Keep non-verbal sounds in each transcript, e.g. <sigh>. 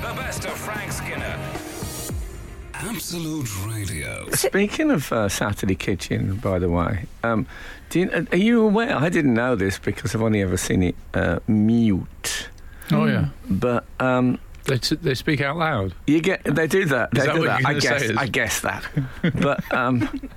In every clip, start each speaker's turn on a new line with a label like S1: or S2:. S1: The best of Frank Skinner.
S2: Absolute Radio.
S3: Speaking of uh, Saturday Kitchen, by the way, um, do you, are you aware? I didn't know this because I've only ever seen it uh, mute.
S4: Oh yeah,
S3: But um,
S4: they t- they speak out loud.
S3: you get they do that. They
S4: Is that
S3: do
S4: what
S3: that.
S4: you're
S3: I
S4: gonna
S3: guess
S4: say is-
S3: I guess that. but um,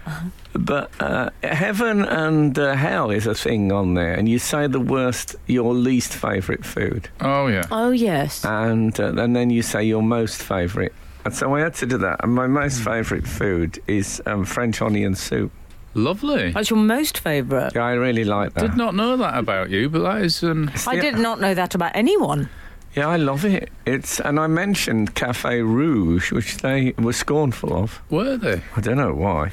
S3: but uh, heaven and uh, hell is a thing on there, and you say the worst, your least favourite food,
S4: Oh yeah,
S5: Oh, yes.
S3: and uh, and then you say your most favourite. And so I had to do that. And my most favourite food is um, French onion soup.
S4: lovely. I
S5: That's your most favourite.
S3: Yeah, I really like that.
S4: did not know that about you, but that is um,
S5: I
S3: Yeah.
S5: did not know that about anyone.
S3: Yeah, I love it. It's and I mentioned Cafe Rouge, which they were scornful of.
S4: were they?
S3: I don't know why,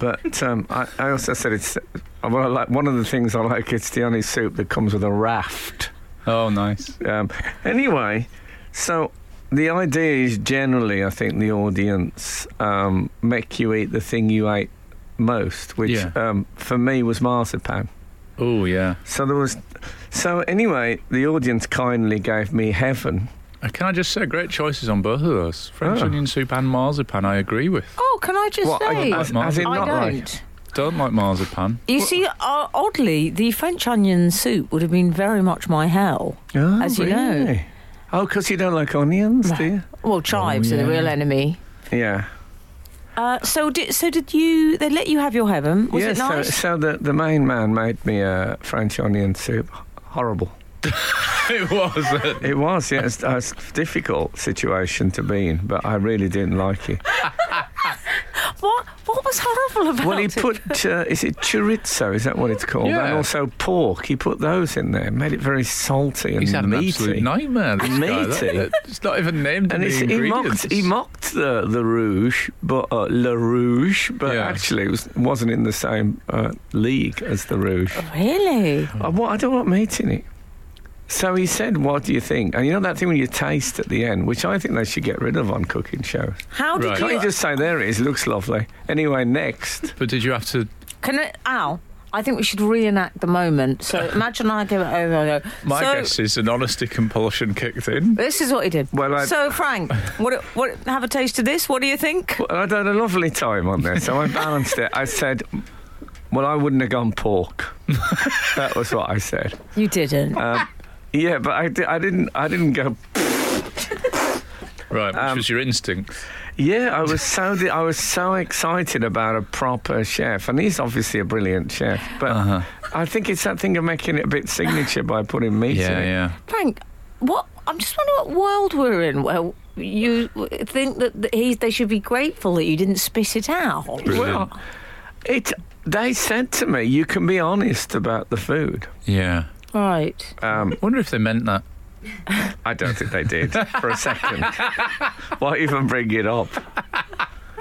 S3: but um, I, I also said it's well, I like one of the things I like. It's the only soup that comes with a raft.
S4: Oh nice.
S3: Um, anyway, so the idea is generally, I think the audience um, make you eat the thing you ate most, which
S4: Yeah.
S3: um, for me was marzipan.
S4: Oh yeah.
S3: So there was. So anyway, the audience kindly gave me heaven.
S4: Uh, Can I just say, great choices on both of those. French
S3: Oh.
S4: onion soup and marzipan. I agree with.
S5: Oh, can I just
S3: What,
S5: say?
S3: as, as in
S5: I
S3: not
S5: don't.
S3: like.
S4: Don't like marzipan.
S5: You see, uh, oddly, the French onion soup would have been very much my hell.
S3: Oh,
S5: as you know.
S3: really? Oh, because you don't like onions, do you?
S5: Well, chives
S3: Oh,
S5: are the
S4: yeah.
S5: real enemy.
S3: Yeah.
S5: Uh, so did so did you? They let you have your heaven. Was
S3: yeah,
S5: it
S3: so,
S5: nice?
S3: so the, the main man made me a French onion soup. H- Horrible.
S4: <laughs> it was.
S3: It was, yeah, it's, uh, it's a difficult situation to be in, but I really didn't like
S5: <laughs>
S3: it.
S5: What what <laughs> was horrible about
S3: Well, he
S5: it?
S3: put, uh, is it chorizo? Is that what it's called?
S4: Yeah.
S3: And also pork. He put those in there, made it very salty and
S4: He's had an absolute
S3: meaty.
S4: nightmare. This guy.
S3: Meaty.
S4: That- that- It's not even named
S3: and
S4: in
S3: it's,
S4: the
S3: he mocked,
S4: ingredients.
S3: he mocked the the rouge, but uh, Le Rouge, but
S4: Yeah.
S3: actually it was, wasn't in the same uh, league as the Rouge.
S5: really?
S3: I, wa- I don't want meat in it. So he said, What do you think? And you know that thing when you taste at the end, which I think they should get rid of on cooking shows.
S5: How did
S4: Right.
S3: Can't
S5: you?
S3: you just say, There it is, looks lovely. Anyway, next.
S4: But did you have to?
S5: Can I, Al? I think we should reenact the
S3: <laughs>
S5: moment. So imagine I give it over. and go,
S4: My
S5: so,
S4: guess is an honesty compulsion kicked in.
S5: This is what he did.
S3: Well, I-
S5: so Frank, what what? Have a taste of this. What do you think?
S3: Well, I'd had a lovely time on there, so I balanced it. I said, Well, I wouldn't have gone <laughs> pork. that was what I said.
S5: You didn't.
S3: Uh, Yeah, but I, di- I didn't. I didn't go.
S4: Right, which
S3: Um,
S4: was your instinct.
S3: Yeah, I was so. di- I was so excited about a proper chef, and he's obviously a brilliant chef. But
S4: Uh-huh.
S3: I think it's that thing of making it a bit signature by putting meat in
S4: Yeah,
S3: it.
S4: yeah.
S5: Frank, what? I'm just wondering what world we're in where you think that th- he, they should be grateful that you didn't spit it out.
S4: Brilliant.
S3: Well, it. They said to me, "You can be honest about the food."
S4: Yeah.
S5: Right.
S3: Um,
S4: Wonder if they meant that.
S3: I don't think they did for a
S4: <laughs>
S3: second. Why even bring it up?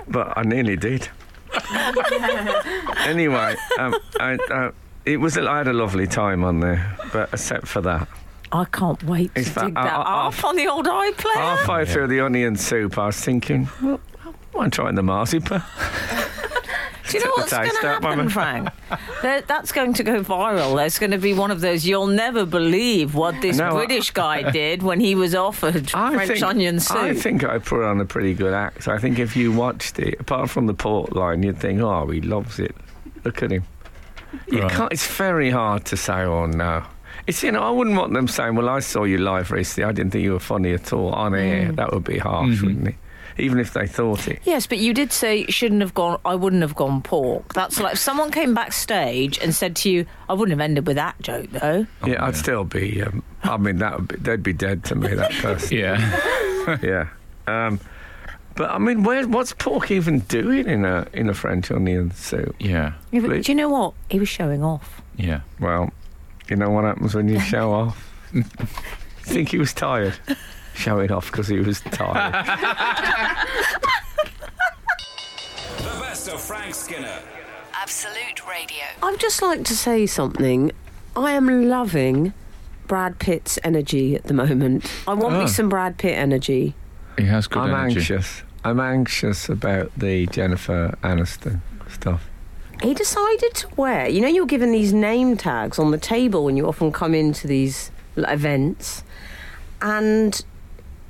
S3: But I nearly did. anyway, um, I, uh, it was. a- I had a lovely time on there, but except for that,
S5: I can't wait to
S3: It's
S5: dig
S3: fa-
S5: that
S3: I- I-
S5: up on the old iPlayer.
S3: halfway through the onion soup, I was thinking, well, I'm trying the marzipan.
S5: Do you know
S3: took the
S5: what's going
S3: taste
S5: to
S3: out,
S5: happen,
S3: mama.
S5: Frank?
S3: <laughs>
S5: That- that's going to go viral. There's going to be one of those. You'll never believe what this
S3: No, I- <laughs>
S5: British guy did when he was offered French onion soup.
S3: I think I put on a pretty good act. I think if you watched it, apart from the port line, you'd think, oh, he loves it. Look at him. You
S4: Right.
S3: can't, it's very hard to say, oh, no. It's, you know, I wouldn't want them saying, well, I saw you live recently. I didn't think you were funny at all on
S5: Mm.
S3: air. That would be harsh,
S5: Mm-hmm.
S3: wouldn't it? Even if they thought it.
S5: Yes, but you did say you shouldn't have gone. I wouldn't have gone pork. That's like if someone came backstage and said to you, "I wouldn't have ended with that joke, though."
S3: yeah, I'd still be. Um, I mean, that would be, they'd be dead to me.
S5: <laughs>
S3: That person.
S4: Yeah.
S3: yeah. Um, but I mean, where, what's pork even doing in a in a French onion soup?
S4: Yeah.
S5: Yeah, but
S3: Please.
S5: do you know what? He was showing off.
S4: Yeah.
S3: Well, you know what happens when you
S5: <laughs>
S3: show off? Think he was tired. Showing off because he
S5: <laughs>
S3: was tired.
S1: The best of Frank Skinner.
S6: Absolute Radio.
S7: I'd just like to say something. I am loving Brad Pitt's energy at the moment. I want
S4: Oh.
S7: me some Brad Pitt energy.
S4: He has good
S3: I'm
S4: energy.
S3: anxious. I'm anxious about the Jennifer Aniston stuff.
S7: He decided to wear, you know, you're given these name tags on the table when you often come into these l- events, and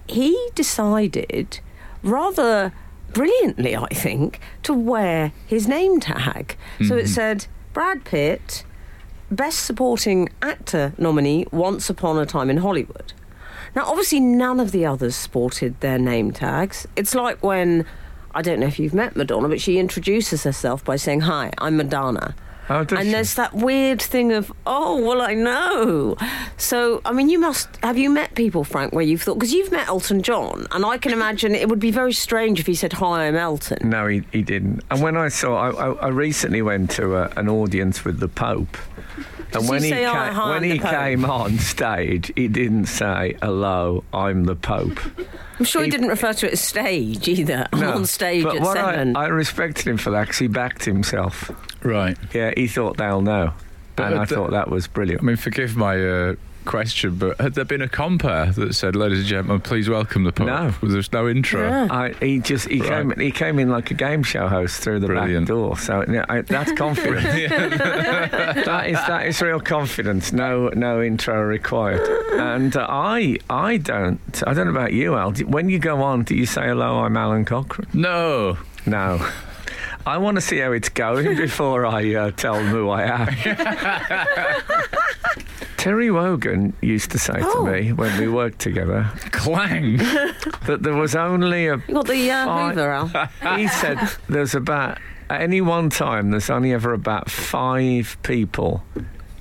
S5: he decided, rather brilliantly, I think, to wear his name tag. So it said Brad Pitt, Best Supporting Actor nominee, Once Upon a Time in Hollywood. Now, obviously, none of the others sported their name tags. It's like when, I don't know if you've met Madonna, but she introduces herself by saying, Hi, I'm Madonna.
S3: Oh, does
S5: and
S3: she?
S5: there's that weird thing of, oh, well, I know. So, I mean, you must have you met people, Frank, where you've thought, because you've met Elton John, and I can imagine it would be very strange if he said, Hi, I'm Elton.
S3: No, he, he didn't. And when I saw, I, I, I recently went to a, an audience with the Pope. And
S5: he
S3: when he,
S5: say, "Oh,
S3: came,
S5: hi,
S3: when
S5: I'm
S3: he
S5: the Pope"?
S3: came on stage, he didn't say, hello, I'm the Pope.
S5: I'm sure he,
S3: He-
S5: didn't refer to it as stage either. I'm
S3: No,
S5: on stage
S3: but
S5: at
S3: what I-
S5: seven.
S3: I, respected him for that because he backed himself.
S4: Right.
S3: Yeah, he thought they'll know.
S4: But
S3: and I
S4: the-
S3: thought that was brilliant.
S4: I mean, forgive my uh, question, but had there been a compare that said, ladies and gentlemen, please welcome the Pope?
S3: No.
S4: There's no intro.
S5: Yeah.
S3: I, he just he
S4: Right.
S3: came he came in like a game show host through the
S4: Brilliant.
S3: back door. So yeah, I, that's
S4: <laughs>
S3: confidence. <laughs> that is that is real confidence. No no intro required. And uh, I I don't I don't know about you, Al. Do- When you go on, do you say hello? I'm Alan Cochrane.
S4: No.
S3: No. I want to see how it's going before I uh, tell them who I am. Terry Wogan used to say
S5: Oh.
S3: to me when we worked together <laughs>
S4: Clang.
S3: that there was only a
S5: you got the uh,
S3: Fine.
S5: Hoover, Al.
S3: he said there's about at any one time there's only ever about five people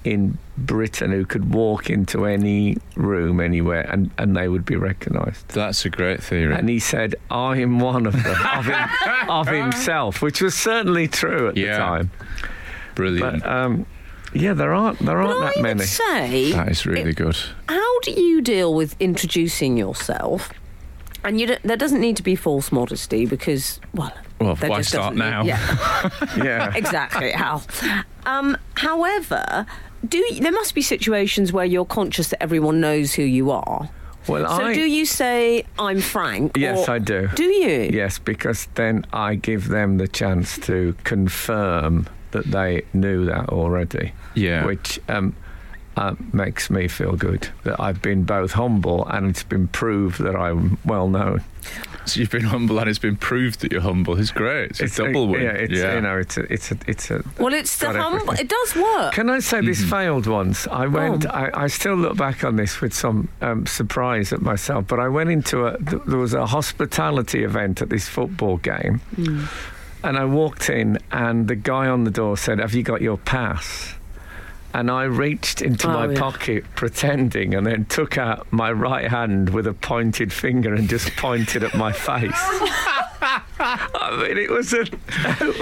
S3: in Britain who could walk into any room anywhere and, and they would be recognised.
S4: That's a great theory.
S3: And he said, I'm one of them, of, him, of himself, which was certainly true at
S4: Yeah.
S3: the time.
S4: Brilliant.
S3: But um, yeah, there aren't, there aren't
S5: I
S3: that many.
S5: would say
S4: that is really good.
S5: how do you deal with introducing yourself? And you don't, there doesn't need to be false modesty because, well,
S4: Well,
S5: there
S4: why
S5: just
S4: start
S5: doesn't need-
S4: now?
S5: Yeah,
S3: yeah. <laughs>
S5: exactly, Al. Um, however, do you, there must be situations where you're conscious that everyone knows who you are.
S3: Well,
S5: So,
S3: I.
S5: do you say I'm Frank?
S3: Yes,
S5: or-
S3: I do.
S5: Do you?
S3: Yes, because then I give them the chance to confirm that they knew that already.
S4: Yeah.
S3: Which um, uh, makes me feel good that I've been both humble and it's been proved that I'm well known.
S4: So you've been humble and it's been proved that you're humble. It's great. It's,
S3: It's uh,
S4: a double win.
S3: Yeah, it's, you know, it's a, it's a, it's a.
S5: Well, it's the
S3: Got
S5: humble.
S3: everything.
S5: It does work.
S3: Can I say
S5: Mm-hmm.
S3: this failed once? I went.
S5: Oh.
S3: I, I still look back on this with some um, surprise at myself. But I went into a. Th- there was a hospitality event at this football game,
S5: Mm.
S3: and I walked in, and the guy on the door said, "Have you got your pass?" And I reached into
S5: Oh,
S3: my
S5: yeah.
S3: pocket, pretending, and then took out my right hand with a pointed finger and just pointed at
S5: <laughs>
S3: my face. <laughs> I mean, it was an-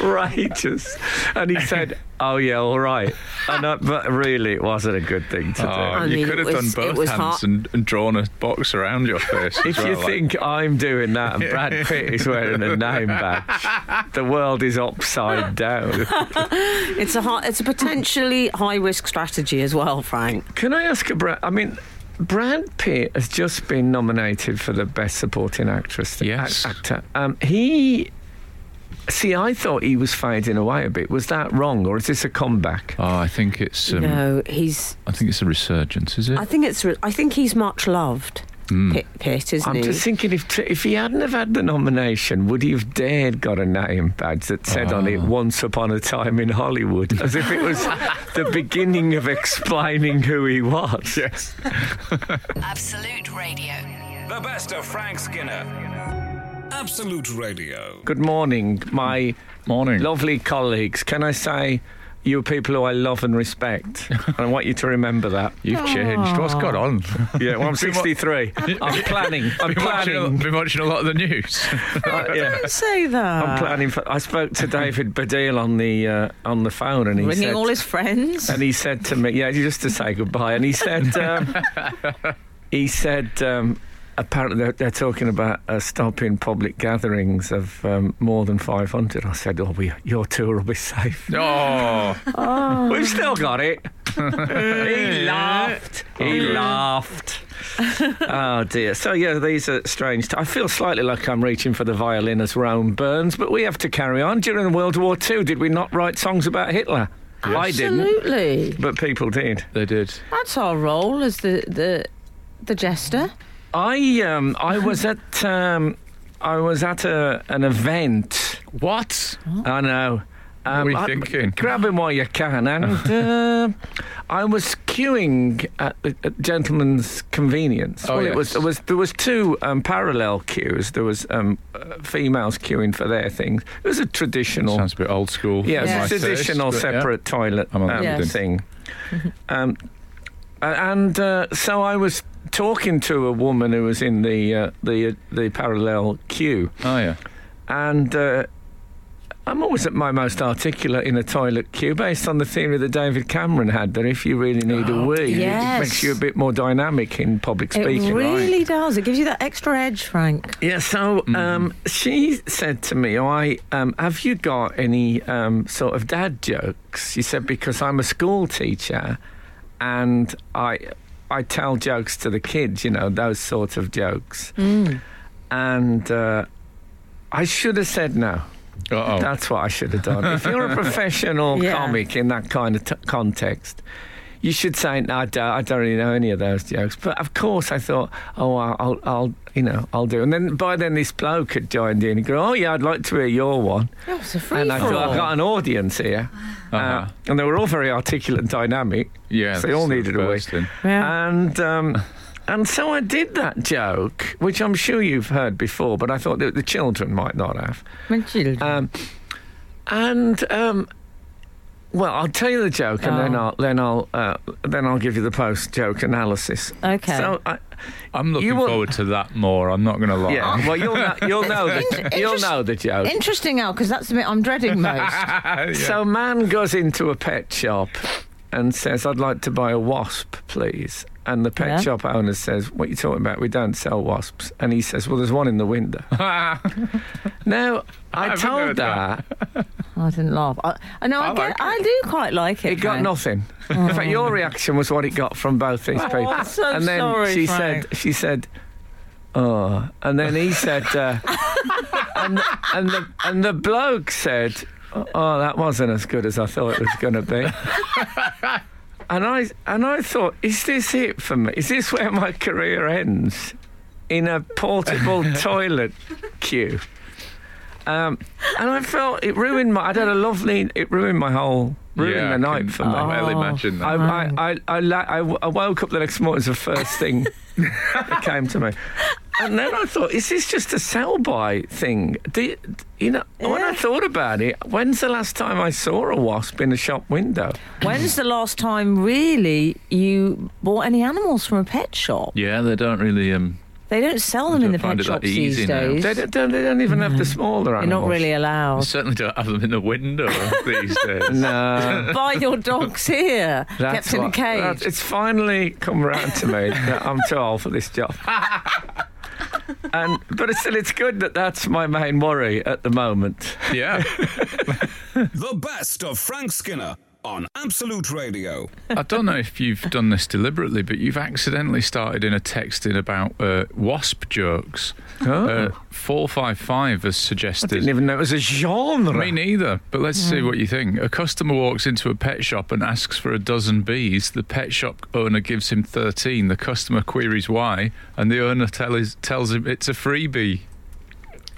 S3: outrageous. And he said, "Oh yeah, all right." And I, but really, it wasn't a good thing to do.
S4: Oh,
S5: I
S4: you
S5: mean,
S4: could
S5: it
S4: have
S5: was- it
S4: done both
S5: was
S4: hands
S5: hot.
S4: and, and drawn a box around your face. as
S3: <laughs> if you
S4: well, like-
S3: think I'm doing that and
S4: <laughs>
S3: Brad Pitt is wearing a name badge, the world is upside
S4: <laughs>
S3: down.
S5: It's a high, it's a potentially high risk strategy as well, Frank.
S3: Can I ask a Brad? I mean, Brad Pitt has just been nominated for the best supporting actress.
S4: Yes.
S3: ac- actor. Um, he. See, I thought he was fading away a bit. Was that wrong, or is this a comeback?
S4: Oh, I think it's. Um,
S5: no, he's.
S4: I think it's a resurgence, is it?
S5: I think it's. re- I think he's much loved. Pitt, Pitt, isn't
S3: I'm
S5: he?
S3: just thinking if t- if he hadn't have had the nomination, would he have dared got a name badge that said on
S4: Ah.
S3: it "Once Upon a Time in Hollywood" <laughs> as if it was
S4: <laughs>
S3: the beginning of explaining who he was? Yes.
S6: Absolute Radio.
S1: The best of Frank Skinner. Absolute Radio.
S3: Good morning, my
S4: Morning.
S3: lovely colleagues. Can I say? You are people who I love and respect, and I want you to remember that. Oh.
S4: You've changed. What's gone on?
S3: Yeah, well, I'm
S4: <laughs> Been wa-
S3: 63. I'm planning. I'm
S4: Been watching, a,
S3: planning.
S4: been watching a lot of the news.
S3: <laughs> Uh, yeah.
S5: say that.
S3: I'm planning. For, I spoke to David Badil on the uh, on the phone, and he
S8: Ringing
S3: said,
S8: all his friends.
S3: and he said to me, yeah, just to say goodbye. And he said, um, he said, um, apparently they're, they're talking about uh, stopping public gatherings of um, more than 500. I said, oh, we, your tour will be safe.
S4: oh,
S3: We've still got it. he laughed. He laughed. oh dear. So yeah, these are strange. T- I feel slightly like I'm reaching for the violin as Rome burns, but we have to carry on. During World War II, did we not write songs about Hitler? I didn't,
S8: Absolutely.
S3: but people did.
S4: they did.
S8: That's our role as the the the jester.
S3: I um, I was at um, I was at a, an event.
S4: What?
S3: I know. Um,
S4: were you
S3: I-
S4: thinking?
S3: Grab him while you can.
S4: <laughs>
S3: And uh, I was queuing at the at gentleman's convenience.
S4: Oh,
S3: well, it was,
S4: yes.
S3: it was there was two um, parallel queues. There was um, uh, females queuing for their things. It was a traditional
S4: Sounds a bit old school.
S3: yeah,
S4: for
S3: it's
S4: my
S3: a traditional
S4: taste, but yeah.
S3: separate toilet
S4: I'm on
S3: um,
S4: that
S5: with him.
S3: thing. um, a- and uh, so I was talking to a woman who was in the uh, the the parallel queue,
S4: Oh yeah.
S3: and. Uh, I'm always at my most articulate in a toilet queue based on the theory that David Cameron had that if you really need a wee, it
S5: yes.
S3: makes you a bit more dynamic in public speaking.
S7: It really does. It gives you that extra edge, Frank.
S3: Yeah, so um, she said to me, "I um, have you got any um, sort of dad jokes?" She said because I'm a school teacher, and I I tell jokes to the kids, you know, those sort of jokes. And uh, I should have said no.
S4: Uh oh.
S3: That's what I should have done. if
S4: <laughs>
S3: you're a professional
S7: Yeah.
S3: comic in that kind of t- context, you should say, no, I don't, I don't really know any of those jokes. But of course, I thought, oh, I'll, I'll, I'll you know, I'll do. And then by then, this bloke had joined in. He go, oh yeah, I'd like to hear your one.
S7: That was a free
S3: And I thought, I've got an audience here. uh
S4: Uh-huh.
S3: and they were all very articulate and dynamic.
S4: Yeah.
S3: so they all
S4: that's the
S3: needed a wee.
S4: first thing.
S3: And
S4: <laughs>
S3: um, and so I did that joke, which I'm sure you've heard before, but I thought that the children might not have. Um, and um, well, I'll tell you the joke, and then
S7: Oh.
S3: I'll then I'll uh, then I'll give you the post joke analysis.
S7: Okay.
S3: So I,
S4: I'm looking
S3: will-
S4: forward to that more. I'm not going to lie.
S3: yeah, well, you'll know, you'll know
S7: <laughs>
S3: the you'll know the joke.
S7: Interesting, Al, because that's the bit I'm
S3: <laughs>
S7: dreading most.
S4: <laughs> Yeah.
S3: So, man goes into a pet shop and says, "I'd like to buy a wasp, please." And the pet
S7: Yeah.
S3: shop owner says, "What are you talking about? We don't sell wasps." And he says, "Well, there's one in the
S4: <laughs>
S3: window." now, I,
S4: haven't
S3: told
S4: heard that.
S3: that
S7: I didn't laugh. I, I know. I,
S4: I
S7: get.
S4: like it.
S7: I do quite like it.
S3: It got
S7: Frank.
S3: nothing. In fact, your reaction was what it got from both these people.
S7: Oh, I'm so
S3: and then
S7: sorry,
S3: she
S7: Frank.
S3: said, she said, oh, and then he said,
S7: <laughs>
S3: uh, and, and the and the bloke said, oh, that wasn't as good as I thought it was going
S7: <laughs>
S3: to be. and I and I thought, is this it for me? Is this where my career ends? In
S7: <laughs>
S3: a portable toilet queue. Um, and I felt it ruined my. I'd had a lovely. It ruined my whole. Ruined
S4: Yeah,
S3: the
S4: I
S3: night
S4: can-
S3: for
S4: I
S3: me.
S4: can well
S7: Oh.
S4: imagine that.
S3: I, I, I, I, la- I, w- I woke up the next morning, it was the first thing that came to me. And then I thought, is this just a sell-by thing? Do you, you know, when I thought about it, when's the last time I saw a wasp in a shop window?
S7: When's the last time really you bought any animals from a pet shop?
S4: yeah, they don't really. Um,
S7: They don't sell them
S4: I
S7: in the
S4: don't find
S7: pet
S4: it that
S7: shops these
S4: easy now.
S7: days.
S3: They don't, don't- they don't even have the smaller
S7: Mm-hmm. You're
S3: animals.
S7: not really
S3: <laughs>
S7: allowed.
S4: certainly don't have them in the window these
S7: <laughs>
S4: days.
S3: No.
S7: Buy your dogs here, kept in a
S3: what-
S7: cage.
S3: that's- it's finally come round to me that I'm too old for this job. <laughs> and but it's, still, it's good that that's my main worry at the moment.
S4: Yeah.
S1: The best of Frank Skinner on Absolute Radio.
S4: I don't know if you've done this deliberately, but you've accidentally started in a texting about uh, wasp jokes. Uh, 455 has suggested.
S3: Didn't even know it was a genre.
S4: Me neither, but let's see what you think. A customer walks into a pet shop and asks for a dozen bees. The pet shop owner gives him 13. The customer queries why, and the owner tell is, tells him it's a freebie.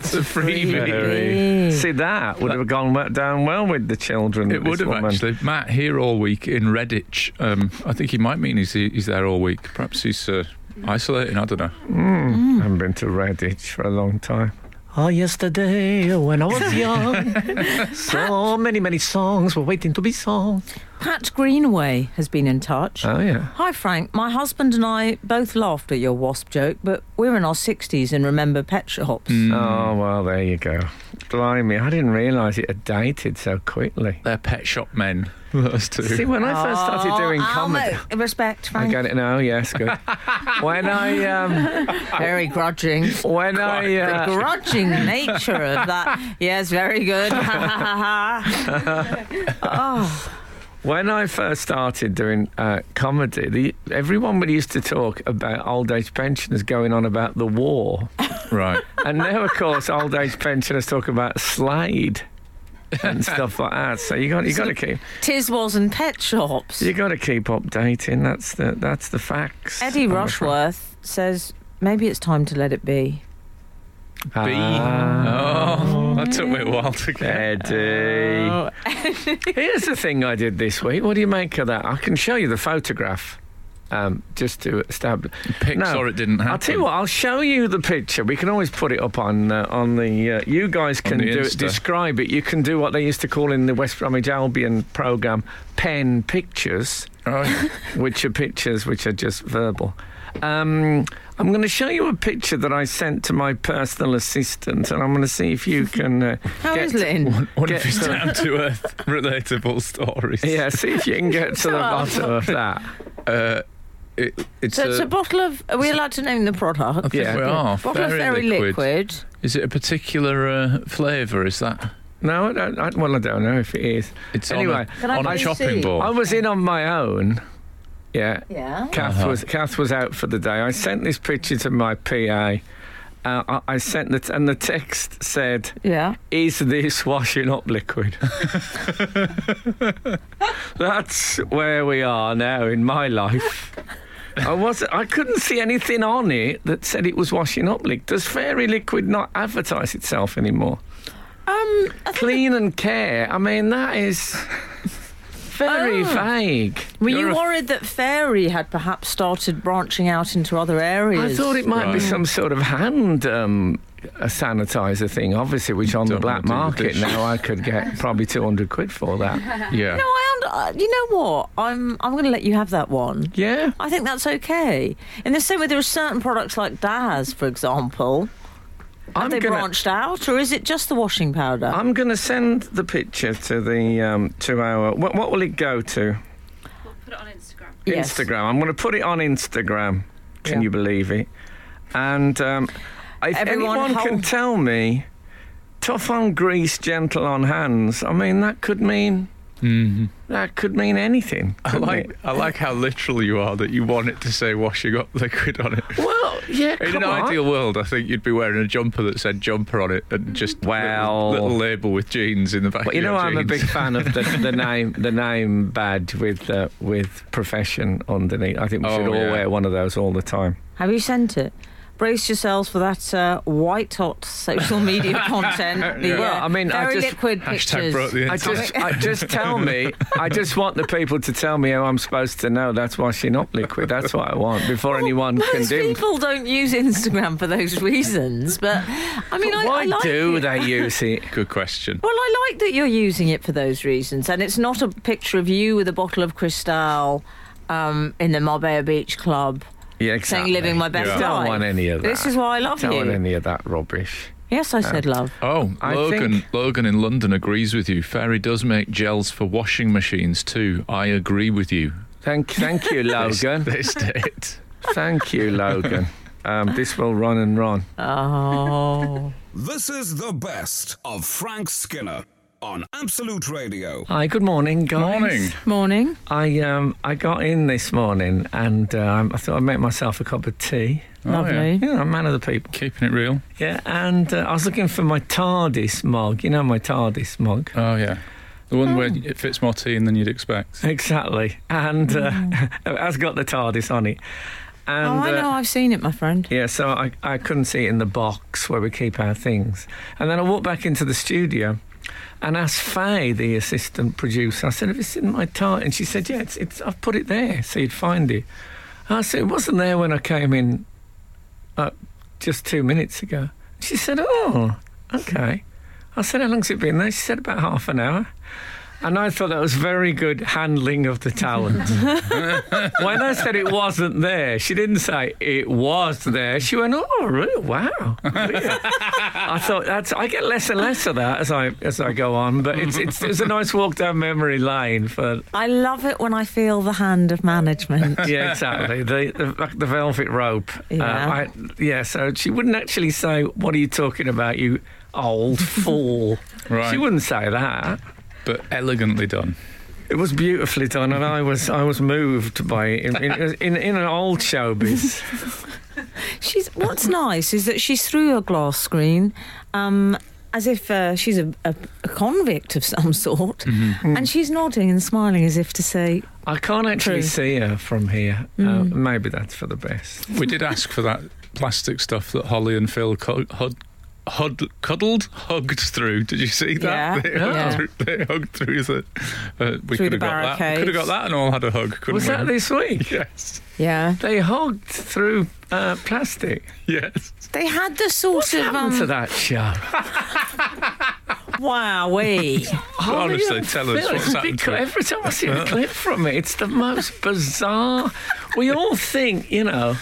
S4: It's a freebie.
S3: See that would have gone we- down well with the children.
S4: It would
S3: this
S4: have
S3: woman.
S4: actually. Matt here all week in Redditch. Um, I think he might mean he's, he's there all week. Perhaps he's uh, isolating. I don't know.
S3: I haven't been to Redditch for a long time. Oh, yesterday uh, when I <laughs> was young, so many, many songs were waiting to be sung.
S7: Pat Greenaway has been in touch.
S3: Oh yeah.
S7: Hi, Frank. My husband and I both laughed at your wasp joke, but we're in our 60s and remember pet shops.
S3: Oh well, there you go. Blimey, I didn't realise it had dated so quickly.
S4: They're pet shop
S3: <laughs>
S4: men. Those two.
S3: See, when I first started doing
S7: Oh, Al,
S3: comedy.
S7: no, Respect,
S3: I
S7: Frank.
S3: get it now. Yes, good. <laughs> when I um,
S7: Very
S3: <laughs>
S7: grudging.
S3: when I
S7: the
S3: uh,
S7: grudging nature of
S3: <laughs>
S7: that. Yes, very good. oh,
S3: When I first started doing uh, comedy, the, everyone would used to talk about old age pensioners going on about the war.
S4: Right.
S3: and now, of course, old age pensioners talk about Slade and stuff like that. So you got you got to keep
S7: tis was and pet shops.
S3: <laughs> you got to keep updating. That's the that's the facts.
S7: Eddie
S3: I'm
S7: Rushworth says Maybe it's time to let it be.
S3: Ah.
S4: B. oh, that took me a while to get.
S3: Eddie.
S7: Oh, <laughs>
S3: Here's the thing I did this week. What do you make of that? I can show you the photograph. Um, just to establish.
S4: Pics or it didn't
S3: I'll tell you
S4: happen.
S3: what. I'll show you the picture. We can always put it up on uh, on the. Uh, you guys can
S4: the
S3: do it.
S4: Insta.
S3: Describe it. You can do what they used to call in the West Bromwich Albion program, pen pictures, <laughs>
S4: Oh, yeah.
S3: which are pictures which are just verbal. Um, I'm going to show you a picture that I sent to my personal assistant, and I'm going to see if you can. Uh,
S7: <laughs> How
S3: get
S7: is Lynn?
S4: One
S3: Get
S4: of his
S3: some-
S4: down to earth <laughs> relatable stories.
S3: Yeah, see if you
S7: <laughs>
S3: can get to the bottom of that.
S4: Uh, it, it's
S5: So it's
S4: a,
S5: a bottle of. Are we allowed to name the product?
S3: Yeah.
S4: we are,
S5: Bottle of
S4: Fairy
S5: fairy
S4: liquid.
S5: liquid.
S4: Is it a particular uh, flavour? Is that?
S3: No, I don't. I, well, I don't know if it is.
S4: It's
S3: Anyway,
S4: on
S5: Can
S4: a,
S5: I
S4: on a
S5: please
S4: chopping
S5: see?
S4: board.
S3: I was in on my own. Yeah,
S5: Yeah.
S3: Kath
S4: Uh-huh.
S3: was Kath was out for the day. I sent this picture to my PA. Uh, I, I sent the t- and the text said,
S5: Yeah.
S3: "Is this <laughs> washing up liquid?" <laughs> That's where we are now in my life. I was I couldn't see anything on it that said it was washing up liquid. Does Fairy Liquid not advertise itself anymore?
S5: Um.
S3: clean and care. I mean, that is very vague.
S5: Were
S4: You're
S5: you
S4: a-
S5: worried that fairy had perhaps started branching out into other
S3: I
S5: areas?
S3: thought it might be
S4: Right.
S3: some sort of hand um, a sanitizer thing, obviously, which on the
S4: Don't
S3: black
S4: wanna do
S3: market
S4: the dish.
S3: now I could get probably 200 quid for that.
S4: <laughs> yeah.
S5: No, I. und- uh, You know what? I'm. I'm going to let you have that one.
S3: Yeah.
S5: I think that's okay. In the same way, there are certain products like Daz, for example.
S3: I'm
S5: Have they
S3: gonna-
S5: branched out, or is it just the washing powder?
S3: I'm going to send the picture to the um, to our. What, what will it go to?
S2: We'll put it on Instagram.
S5: Yes.
S3: Instagram. I'm going to put it on Instagram. Can
S5: Yeah.
S3: you believe it? And um, if
S5: Everyone
S3: anyone can
S5: hold-
S3: tell me, tough on grease, gentle on hands. I mean, that could mean that could mean anything.
S4: I
S3: couldn't
S4: like
S3: it?
S4: I like how literal you are that you want it to say washing up <laughs> liquid on it.
S3: Well, yeah.
S4: In
S3: come
S4: an
S3: on.
S4: ideal world, I think you'd be wearing a jumper that said jumper on it and just
S3: Well-
S4: little, little label with jeans in the back.
S3: But you
S4: of
S3: know,
S4: your
S3: I'm a
S4: jeans.
S3: big fan of the, the name, the name badge with uh, with profession underneath. I think we should
S4: Oh,
S3: all
S4: yeah.
S3: wear one of those all the time.
S5: Have you sent it? Brace yourselves for that uh, white hot
S3: <laughs>
S5: social media content. The,
S3: Well,
S5: uh,
S3: I mean, I
S5: very
S3: just-
S5: liquid
S4: Hashtag
S5: pictures.
S4: broke the
S3: I
S4: internet.
S3: just, I
S4: <laughs>
S3: just tell me. I just want the people to tell me how I'm supposed to know that's washing up liquid. That's what I want before anyone can
S5: Most
S3: do.
S5: people don't use Instagram for those <laughs> reasons, but I mean, I, I
S3: Why
S5: like
S3: do
S5: it.
S3: they use
S5: <laughs>
S3: it?
S4: <laughs> Good question.
S5: Well, I like that you're using it for those reasons, and it's not a picture of you with a bottle of Cristal um, in the Marbella Beach Club
S3: Yeah, exactly.
S5: saying "living my best
S4: Yeah.
S5: life."
S3: Don't want any of
S5: This
S3: that.
S5: is why I love
S3: Don't want
S5: you.
S3: any of that rubbish.
S5: Yes, I said
S3: <laughs>
S5: love.
S4: Oh,
S3: I
S4: Logan!
S3: think-
S4: Logan in London agrees with you. Fairy does make gels for washing machines too. I agree with you.
S3: Thank, thank
S4: <laughs>
S3: you, Logan.
S4: They state.
S3: thank you, Logan.
S4: <laughs>
S3: Um, this will run and run.
S5: Oh.
S1: This is the best of Frank Skinner on Absolute Radio.
S3: Hi, good morning, guys.
S4: Morning. Oh,
S5: Morning.
S3: I um, I got in this morning and um, I thought I'd make myself a cup of tea.
S5: Lovely.
S3: You know, I'm a man of the people.
S4: Keeping it real.
S3: Yeah, and uh, I was looking for my TARDIS mug. You know my TARDIS mug.
S4: Oh yeah, the one where
S3: Oh.
S4: it fits more tea in than you'd expect.
S3: Exactly, and uh, <laughs> it has got the TARDIS on it. And,
S5: Mm. oh, I
S3: uh,
S5: know. I've seen it, my friend.
S3: yeah, so I, I couldn't see it in the box where we keep our things. And then I walked back into the studio and asked Faye, the assistant producer, I said, Have you seen my tart? And she said, Yeah, it's, it's, I've put it there so you'd find it. And I said, It wasn't there when I came in uh, just two minutes ago. She said, Oh, okay. I said, How long's it been there? She said, About half an hour. And I thought that was very good handling of the talent. when I said it wasn't there, she didn't say it was there. She went, "Oh, really? wow!" Weird." I thought that's. I get less and less of that as I as I go on, but it's it's, it's a nice walk down memory lane for
S5: I love it when I feel the hand of management.
S3: <laughs> yeah, exactly the the, like the velvet rope. Uh,
S5: Yeah.
S3: I, yeah. So she wouldn't actually say, "What are you talking about, you old fool?"
S4: Right.
S3: She wouldn't say that.
S4: but elegantly done.
S3: It was beautifully done, and I was I was moved by it in in, in, in an old showbiz.
S5: she's what's nice is that she's through her glass screen, um, as if uh, she's a, a, a convict of some sort,
S3: Mm-hmm.
S5: and she's nodding and smiling as if to say,
S3: I can't actually
S5: True. Mm.
S3: see her from here. Uh, maybe that's for the best.
S4: We did ask for that plastic stuff that Holly and Phil co- hud- hud- cuddled, hugged through. Did you see that?
S5: Yeah,
S4: They, hugged
S5: yeah.
S4: through- they hugged through the. Uh, we
S5: Through
S4: could
S5: the
S4: have got that.
S5: barricades.
S4: Could have got that and all had a hug. Couldn't
S3: Was
S4: we?
S3: that this week?
S4: <laughs> Yes.
S5: Yeah.
S3: They hugged through uh, plastic.
S4: Yes.
S5: They had the sort of.
S3: Come to
S5: Um,
S3: that show.
S5: wowee.
S4: <laughs>
S3: <laughs>
S4: Honestly,
S3: Holy
S4: tell us
S3: Phil,
S4: what's
S3: it's
S4: happened
S3: becau-
S4: to it.
S3: Every time I see
S4: <laughs>
S3: a clip from it, it's the most bizarre. We all think, you know,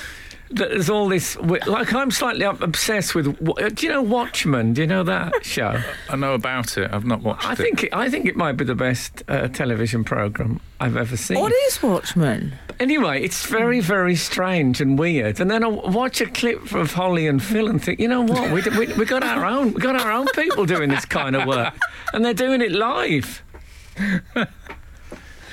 S3: that there's all this. we- Like, I'm slightly ob- obsessed with. wa- uh, Do you know Watchmen? Do you know that
S4: <laughs>
S3: show?
S4: I know about it. I've not watched
S3: I
S4: it.
S3: think it, I think it might be the best uh, television program I've ever seen.
S5: What is Watchmen?
S3: Anyway, it's very, very strange and weird. And then I w- watch a clip of Holly and Phil and think, you know what? We, d- we, we got our own, we got our own people doing this kind of work, and they're doing it live.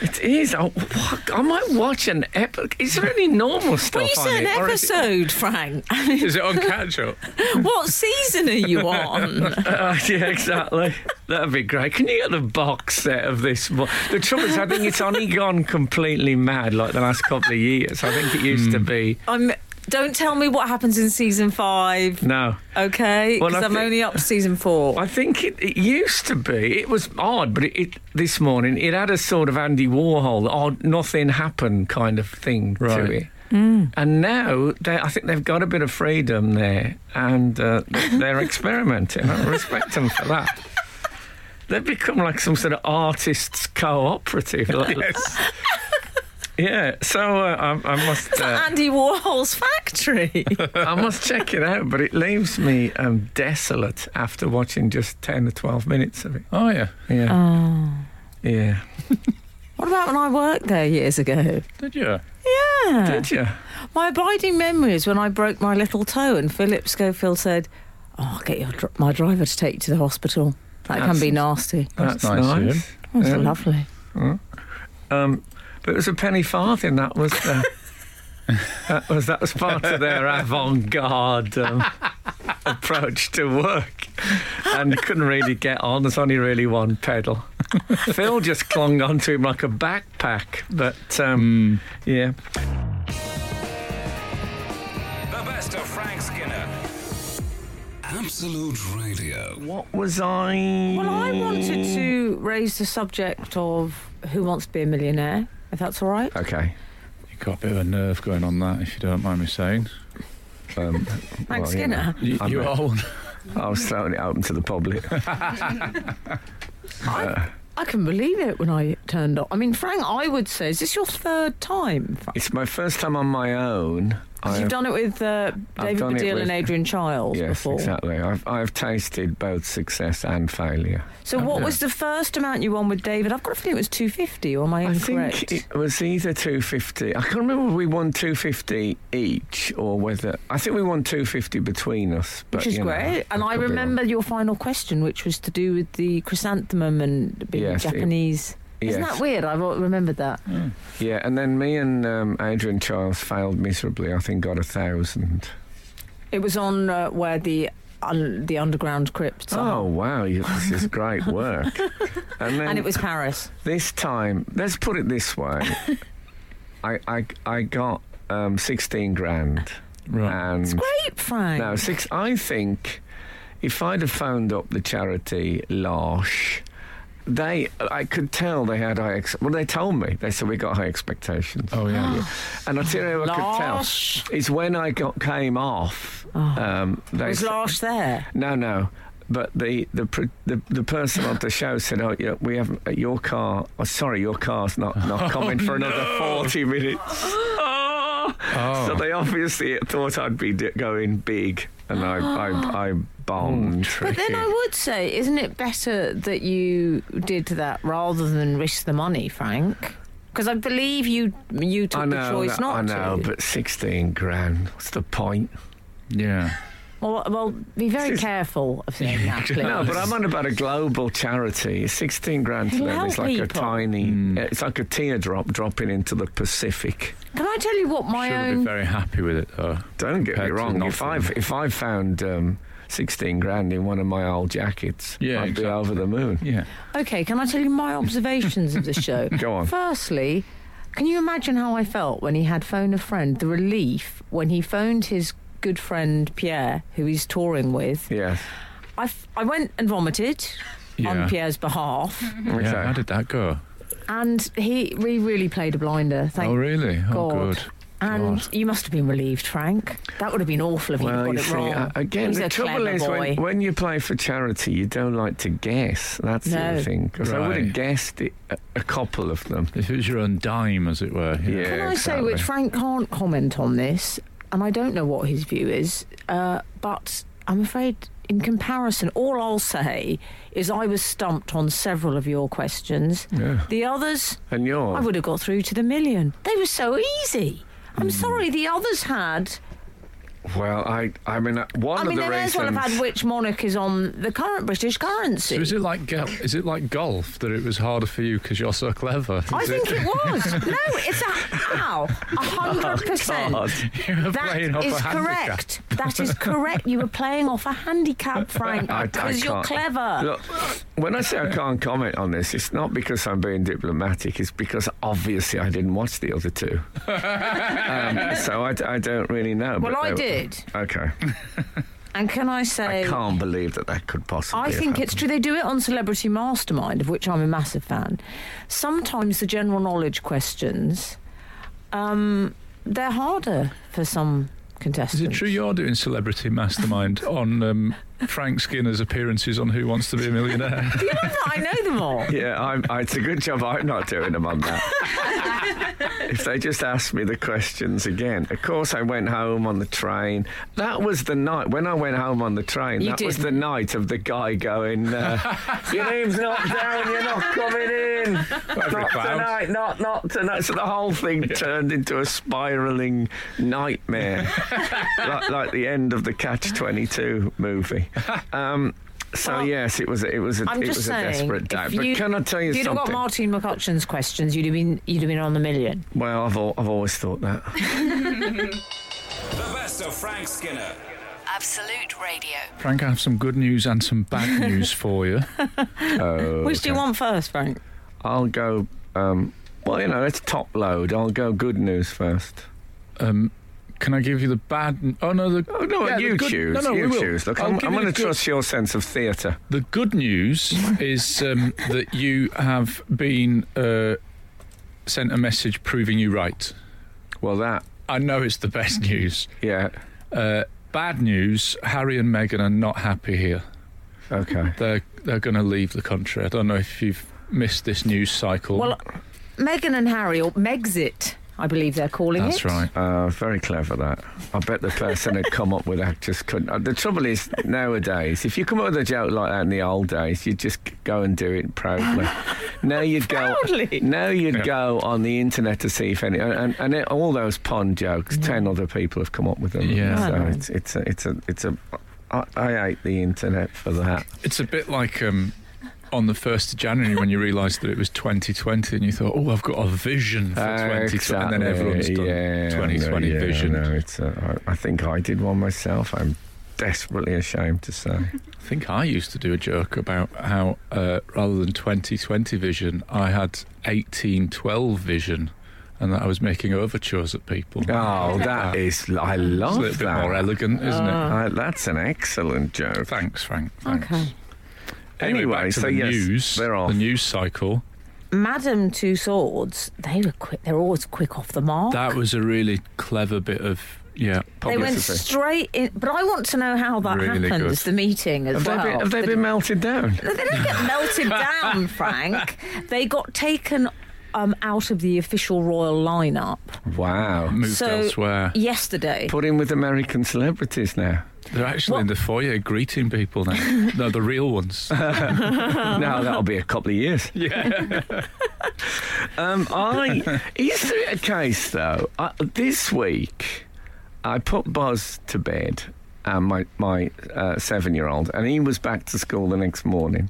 S3: It is. I, what- I might watch an epic. Is there any normal
S5: Well,
S3: stuff
S5: you
S3: on
S5: said an
S3: it? or is it-
S5: episode, Frank. <laughs> I mean,
S4: Is it on catch up?
S5: what season are you
S3: <laughs>
S5: on?
S3: Uh, yeah, exactly. That'd be great. Can you get the box set of this? one? The trouble is, I think it's only gone completely mad like the last couple of years. I think it used
S5: Hmm.
S3: to be.
S5: I'm. Don't tell me what happens in season five,
S3: No.
S5: okay?
S3: Well,
S5: Because
S3: I
S5: I'm
S3: thi-
S5: only up to season four.
S3: I think it, it used to be. It was odd, but it, it this morning it had a sort of Andy Warhol odd nothing happened kind of thing
S4: Right.
S3: to it. And now they, I think they've got a bit of freedom there, and uh, th- they're experimenting. I respect them for that. They've become like some sort of artists cooperative. like- <laughs> Yeah, so uh, I, I must uh,
S5: Andy
S3: <laughs>
S5: Warhol's factory.
S3: I must check it out, but it leaves me um, desolate after watching just ten or twelve minutes of it.
S4: Oh yeah.
S3: Yeah.
S5: Um,
S3: Yeah.
S5: Oh. what about when I worked there years ago?
S4: Did you?
S5: Yeah.
S3: Did you?
S5: My abiding memory is when I broke my little toe, and Philip Schofield said, "Oh, I'll get your dr- my driver to take you to the hospital. That can be nasty."
S4: That's nice of him.
S5: That's
S3: Yeah.
S5: lovely.
S3: Um, but it was a penny farthing. That was. Uh, <laughs> that was that was part of their avant-garde
S5: <laughs>
S3: um, approach to work, and couldn't really get on. There's only really one
S5: <laughs>
S3: pedal. Phil just clung onto him like a backpack. But um,
S5: Hmm.
S3: yeah,
S1: The best of Frank Skinner. Absolute Radio.
S3: what was I?
S5: Well, I wanted
S3: Mm.
S5: to raise the subject of who wants to be a millionaire, if that's all right.
S3: Okay.
S4: You got a bit of a nerve going on that, if you don't mind me saying.
S3: Um,
S5: Frank
S3: you know,
S5: Skinner.
S4: You,
S3: I'm
S4: you
S3: a-
S4: are one.
S3: I was throwing it open to the public.
S5: I can believe it when I turned up. I mean, Frank, I would say, is this your third time? Frank?
S3: It's my first time on my own. I
S5: You've done it with uh,
S3: I've
S5: David
S3: done it
S5: Baddiel
S3: with-
S5: and Adrian Childs
S3: Yes,
S5: before.
S3: exactly. I've, I've tasted both success and failure.
S5: So, what was the first amount you won with David? I've got a feeling it was 250, or am I
S3: I
S5: incorrect?
S3: think it was either 250. I can't remember if we won 250 each or whether. I think we won 250 between us. But,
S5: Which is
S3: you know,
S5: great. And I
S3: could be wrong.
S5: remember your final question, which was to do with the chrysanthemum and being
S3: Yes, it-
S5: Japanese. Isn't
S3: Yes.
S5: that weird? I've al- remembered that.
S4: Oh,
S3: Yeah, and then me and um, Adrian Charles failed miserably. I think got a thousand.
S5: It was on uh, where the un- the underground crypt.
S3: Oh,
S5: are.
S3: wow. You, this is
S5: <laughs>
S3: great work. and, then
S5: and it was Paris.
S3: this time, let's put it this
S5: <laughs>
S3: way I, I, I got um, 16 grand.
S4: Right.
S3: And
S5: It's great, Frank.
S3: Now, six. I think if I'd have phoned up the charity Larsh, they, I could tell they had high. Ex- well, they told me. They said we got high expectations.
S4: Oh yeah.
S5: <gasps>
S3: And I tell you, how I could
S5: Larsh.
S3: tell is when I got came off. Um, they
S5: was
S3: s-
S5: Lars there?
S3: No, no. But the the pr- the, the person on the show said, "Oh, yeah, we haven't uh, your car. Oh, sorry, your car's not not coming for another forty minutes." Oh.
S4: Oh.
S3: So they obviously thought I'd be d- going big, and I
S4: <gasps>
S3: I, I bombed.
S5: But then I would say, isn't it better that you did that rather than risk the money, Frank? Because I believe you you took
S3: I
S5: the
S3: know,
S5: choice
S3: that-
S5: not
S3: I know,
S5: to.
S3: but sixteen grand. What's the point? <laughs>
S4: Yeah.
S5: well, well, be very careful
S3: <laughs>
S5: of saying that, please.
S3: No, but I'm on about a global charity. Sixteen grand to
S5: It'll
S3: them is
S5: help
S3: like a
S5: people.
S3: tiny.
S4: Hmm.
S3: It's like a teardrop dropping into the Pacific.
S5: Can I tell you what my
S4: Should have
S5: own
S4: been very happy with it though.
S3: Don't get me
S4: compared to
S3: wrong. If
S4: nothing.
S3: I if I found um, sixteen grand in one of my old jackets,
S4: Yeah,
S3: I'd
S4: exactly.
S3: be over the moon.
S4: Yeah.
S5: Okay, can I tell you my observations of the
S3: <laughs>
S5: show?
S3: Go
S5: <laughs>
S3: on.
S5: Firstly, can you imagine how I felt when he had phoned a friend? The relief when he phoned his good friend Pierre, who he's touring with,
S3: Yes.
S5: I, f- I went and vomited
S4: Yeah.
S5: on Pierre's behalf,
S3: Okay.
S4: Yeah, how did that go?
S5: and he, he really played a blinder. Thank
S4: oh, really? Oh,
S5: God.
S4: good.
S5: And
S4: God.
S5: you must have been relieved, Frank. That would have been awful if
S3: Well,
S5: you
S3: you
S5: got it
S3: see,
S5: wrong.
S3: uh, again,
S5: He's
S3: the
S5: a
S3: trouble
S5: clever
S3: is when,
S5: boy.
S3: when you play for charity, you don't like to guess. That's
S5: No.
S3: the thing. Because I would have
S4: Right.
S3: guessed it, a, a couple of them.
S4: If it was your own dime, as it were.
S3: Yeah,
S5: Can I say, which
S3: exactly.
S5: Frank can't comment on this, and I don't know what his view is, uh, but I'm afraid, in comparison, all I'll say is I was stumped on several of your questions.
S3: Yeah.
S5: The others,
S3: And yours.
S5: I would have got through to the million. They were so easy.
S3: Hmm.
S5: I'm sorry, the others had.
S3: Well, I, I mean, uh, one
S5: I
S3: of
S5: mean,
S3: the
S5: they may as
S3: reasons.
S5: well have had which monarch is on the current British currency.
S4: So is it like gel- is it like golf that it was harder for you because you're so clever? Is
S5: I
S4: <laughs>
S5: think
S4: it-
S5: it was. no, it's a how. A hundred
S3: <laughs>
S5: percent.
S3: God.
S4: you were
S5: That
S4: playing off
S5: is
S4: a handicap.
S5: correct. That is correct. You were playing off a handicap, Frank,
S3: I- I
S5: because you're
S3: can't-
S5: clever.
S3: <laughs> Look, when I say I can't comment on this, it's not because I'm being diplomatic. It's because obviously I didn't watch the other two, um, so I, d- I don't really know.
S5: well,
S3: but
S5: I
S3: they were-
S5: did.
S3: Okay,
S5: And can I
S3: I
S5: say,
S3: can't believe that that could possibly.
S5: I
S3: have
S5: think it's
S3: happened.
S5: true. They do it on Celebrity Mastermind, of which I'm a massive fan. Sometimes the general knowledge questions, um, they're harder for some
S4: Is it
S5: contestants.
S4: true you're doing Celebrity
S5: <laughs>
S4: Mastermind on um, Frank Skinner's appearances on Who Wants to Be a
S5: <laughs>
S4: Millionaire?
S5: Do you know that? I know them all.
S3: <laughs> Yeah, I'm, I, it's a good job I'm not doing them on that.
S5: <laughs>
S3: if they just asked me the questions again. Of course, I went home on the train. That was the night, when I went home on the train,
S5: You
S3: that was the
S5: didn't.
S3: night of the guy going,
S5: <laughs>
S3: uh, Your name's not down, you're not coming in. Not
S4: clown.
S3: tonight, not, not tonight. So the whole thing turned into a spiralling nightmare, like, like the end of the Catch 22 movie. Um, so
S5: Well,
S3: yes, it was it was a
S5: I'm
S3: it
S5: just
S3: was
S5: saying.
S3: a desperate day.
S5: if
S3: But can I tell you
S5: if you'd have
S3: something?
S5: got Martin McCutcheon's questions, you'd have been you'd have been on the million.
S3: well, I've al- I've always thought that.
S1: The best of Frank Skinner.
S6: Absolute Radio.
S4: Frank, I have some good news and some bad news for you.
S3: Oh,
S5: Which do you want first, Frank?
S3: I'll go. Um, well, you know, it's top load. I'll go good news first.
S4: Um, can I give you the bad? Oh no, the
S3: Oh no,
S4: yeah, the
S3: you
S4: good-
S3: choose.
S4: No, no,
S3: you
S4: we will.
S3: choose. Look,
S4: I'll
S3: I'm,
S4: give
S3: I'm
S4: you
S3: going to
S4: the good-
S3: trust your sense of theatre.
S4: The good news is um, that you have been uh, sent a message proving you right.
S3: Well, that
S4: I know it's the best news.
S3: yeah.
S4: Uh, bad news: Harry and Meghan are not happy here.
S3: Okay. <laughs>
S4: They're they're going to leave the country. I don't know if you've missed this news cycle.
S5: Well, Meghan and Harry, or Megxit, I believe they're calling
S4: that's
S5: it.
S4: right.
S3: Uh, very clever that. I bet the person who come up with that just couldn't. Uh, the trouble is nowadays, if you come up with a joke like that in the old days, you'd just go and do it
S4: <laughs>
S3: proudly. now you'd go.
S5: Proudly.
S3: Now you'd
S4: Yeah.
S3: go on the internet to see if any and and, and it, all those pun jokes. Ten other people have come up with them.
S4: Yeah.
S3: so
S5: Right.
S3: it's it's a it's a it's a. I, I hate the internet for that.
S4: It's a bit like um, on the first of January when you realised that it was 2020 and you thought, "Oh, I've got a vision for 2020," and then everyone's done
S3: yeah,
S4: 2020
S3: no, yeah,
S4: vision.
S3: No, it's a, I, I think I did one myself. I'm desperately ashamed to
S5: <laughs>
S3: say.
S4: I think I used to do a joke about how uh, rather than 2020 vision, I had 1812 vision and that I was making overtures at people.
S3: Oh, that is. I love
S4: It's a little bit
S3: that.
S4: more elegant, isn't it?
S3: Uh, that's an excellent joke.
S4: Thanks, Frank. Thanks.
S5: Okay.
S4: Anyway, back to
S3: so
S4: the
S3: yes,
S4: news,
S3: they're off.
S4: the news cycle.
S5: Madam Two Swords, they were quick. They're always quick off the mark.
S4: That was a really clever bit of yeah.
S5: they went
S3: publicity.
S5: straight in. But I want to know how that
S4: Really
S5: happens.
S4: good.
S5: The meeting as
S3: Have,
S5: well.
S3: they been, have they been melted down?
S5: No, they
S3: <laughs>
S5: don't get melted down, Frank. They got taken um, out of the official royal lineup <laughs>
S3: Wow.
S4: Moved
S5: So-
S4: elsewhere.
S5: yesterday.
S3: Put in with American celebrities now.
S4: They're actually in the foyer greeting people now. no, the
S3: <laughs>
S4: real ones. <laughs>
S3: No, that'll be a couple of years.
S4: yeah.
S3: <laughs> Um, I is there a case though? I, this week, I put Buzz to bed, uh, and my my uh, seven year old, and he was back to school the next morning,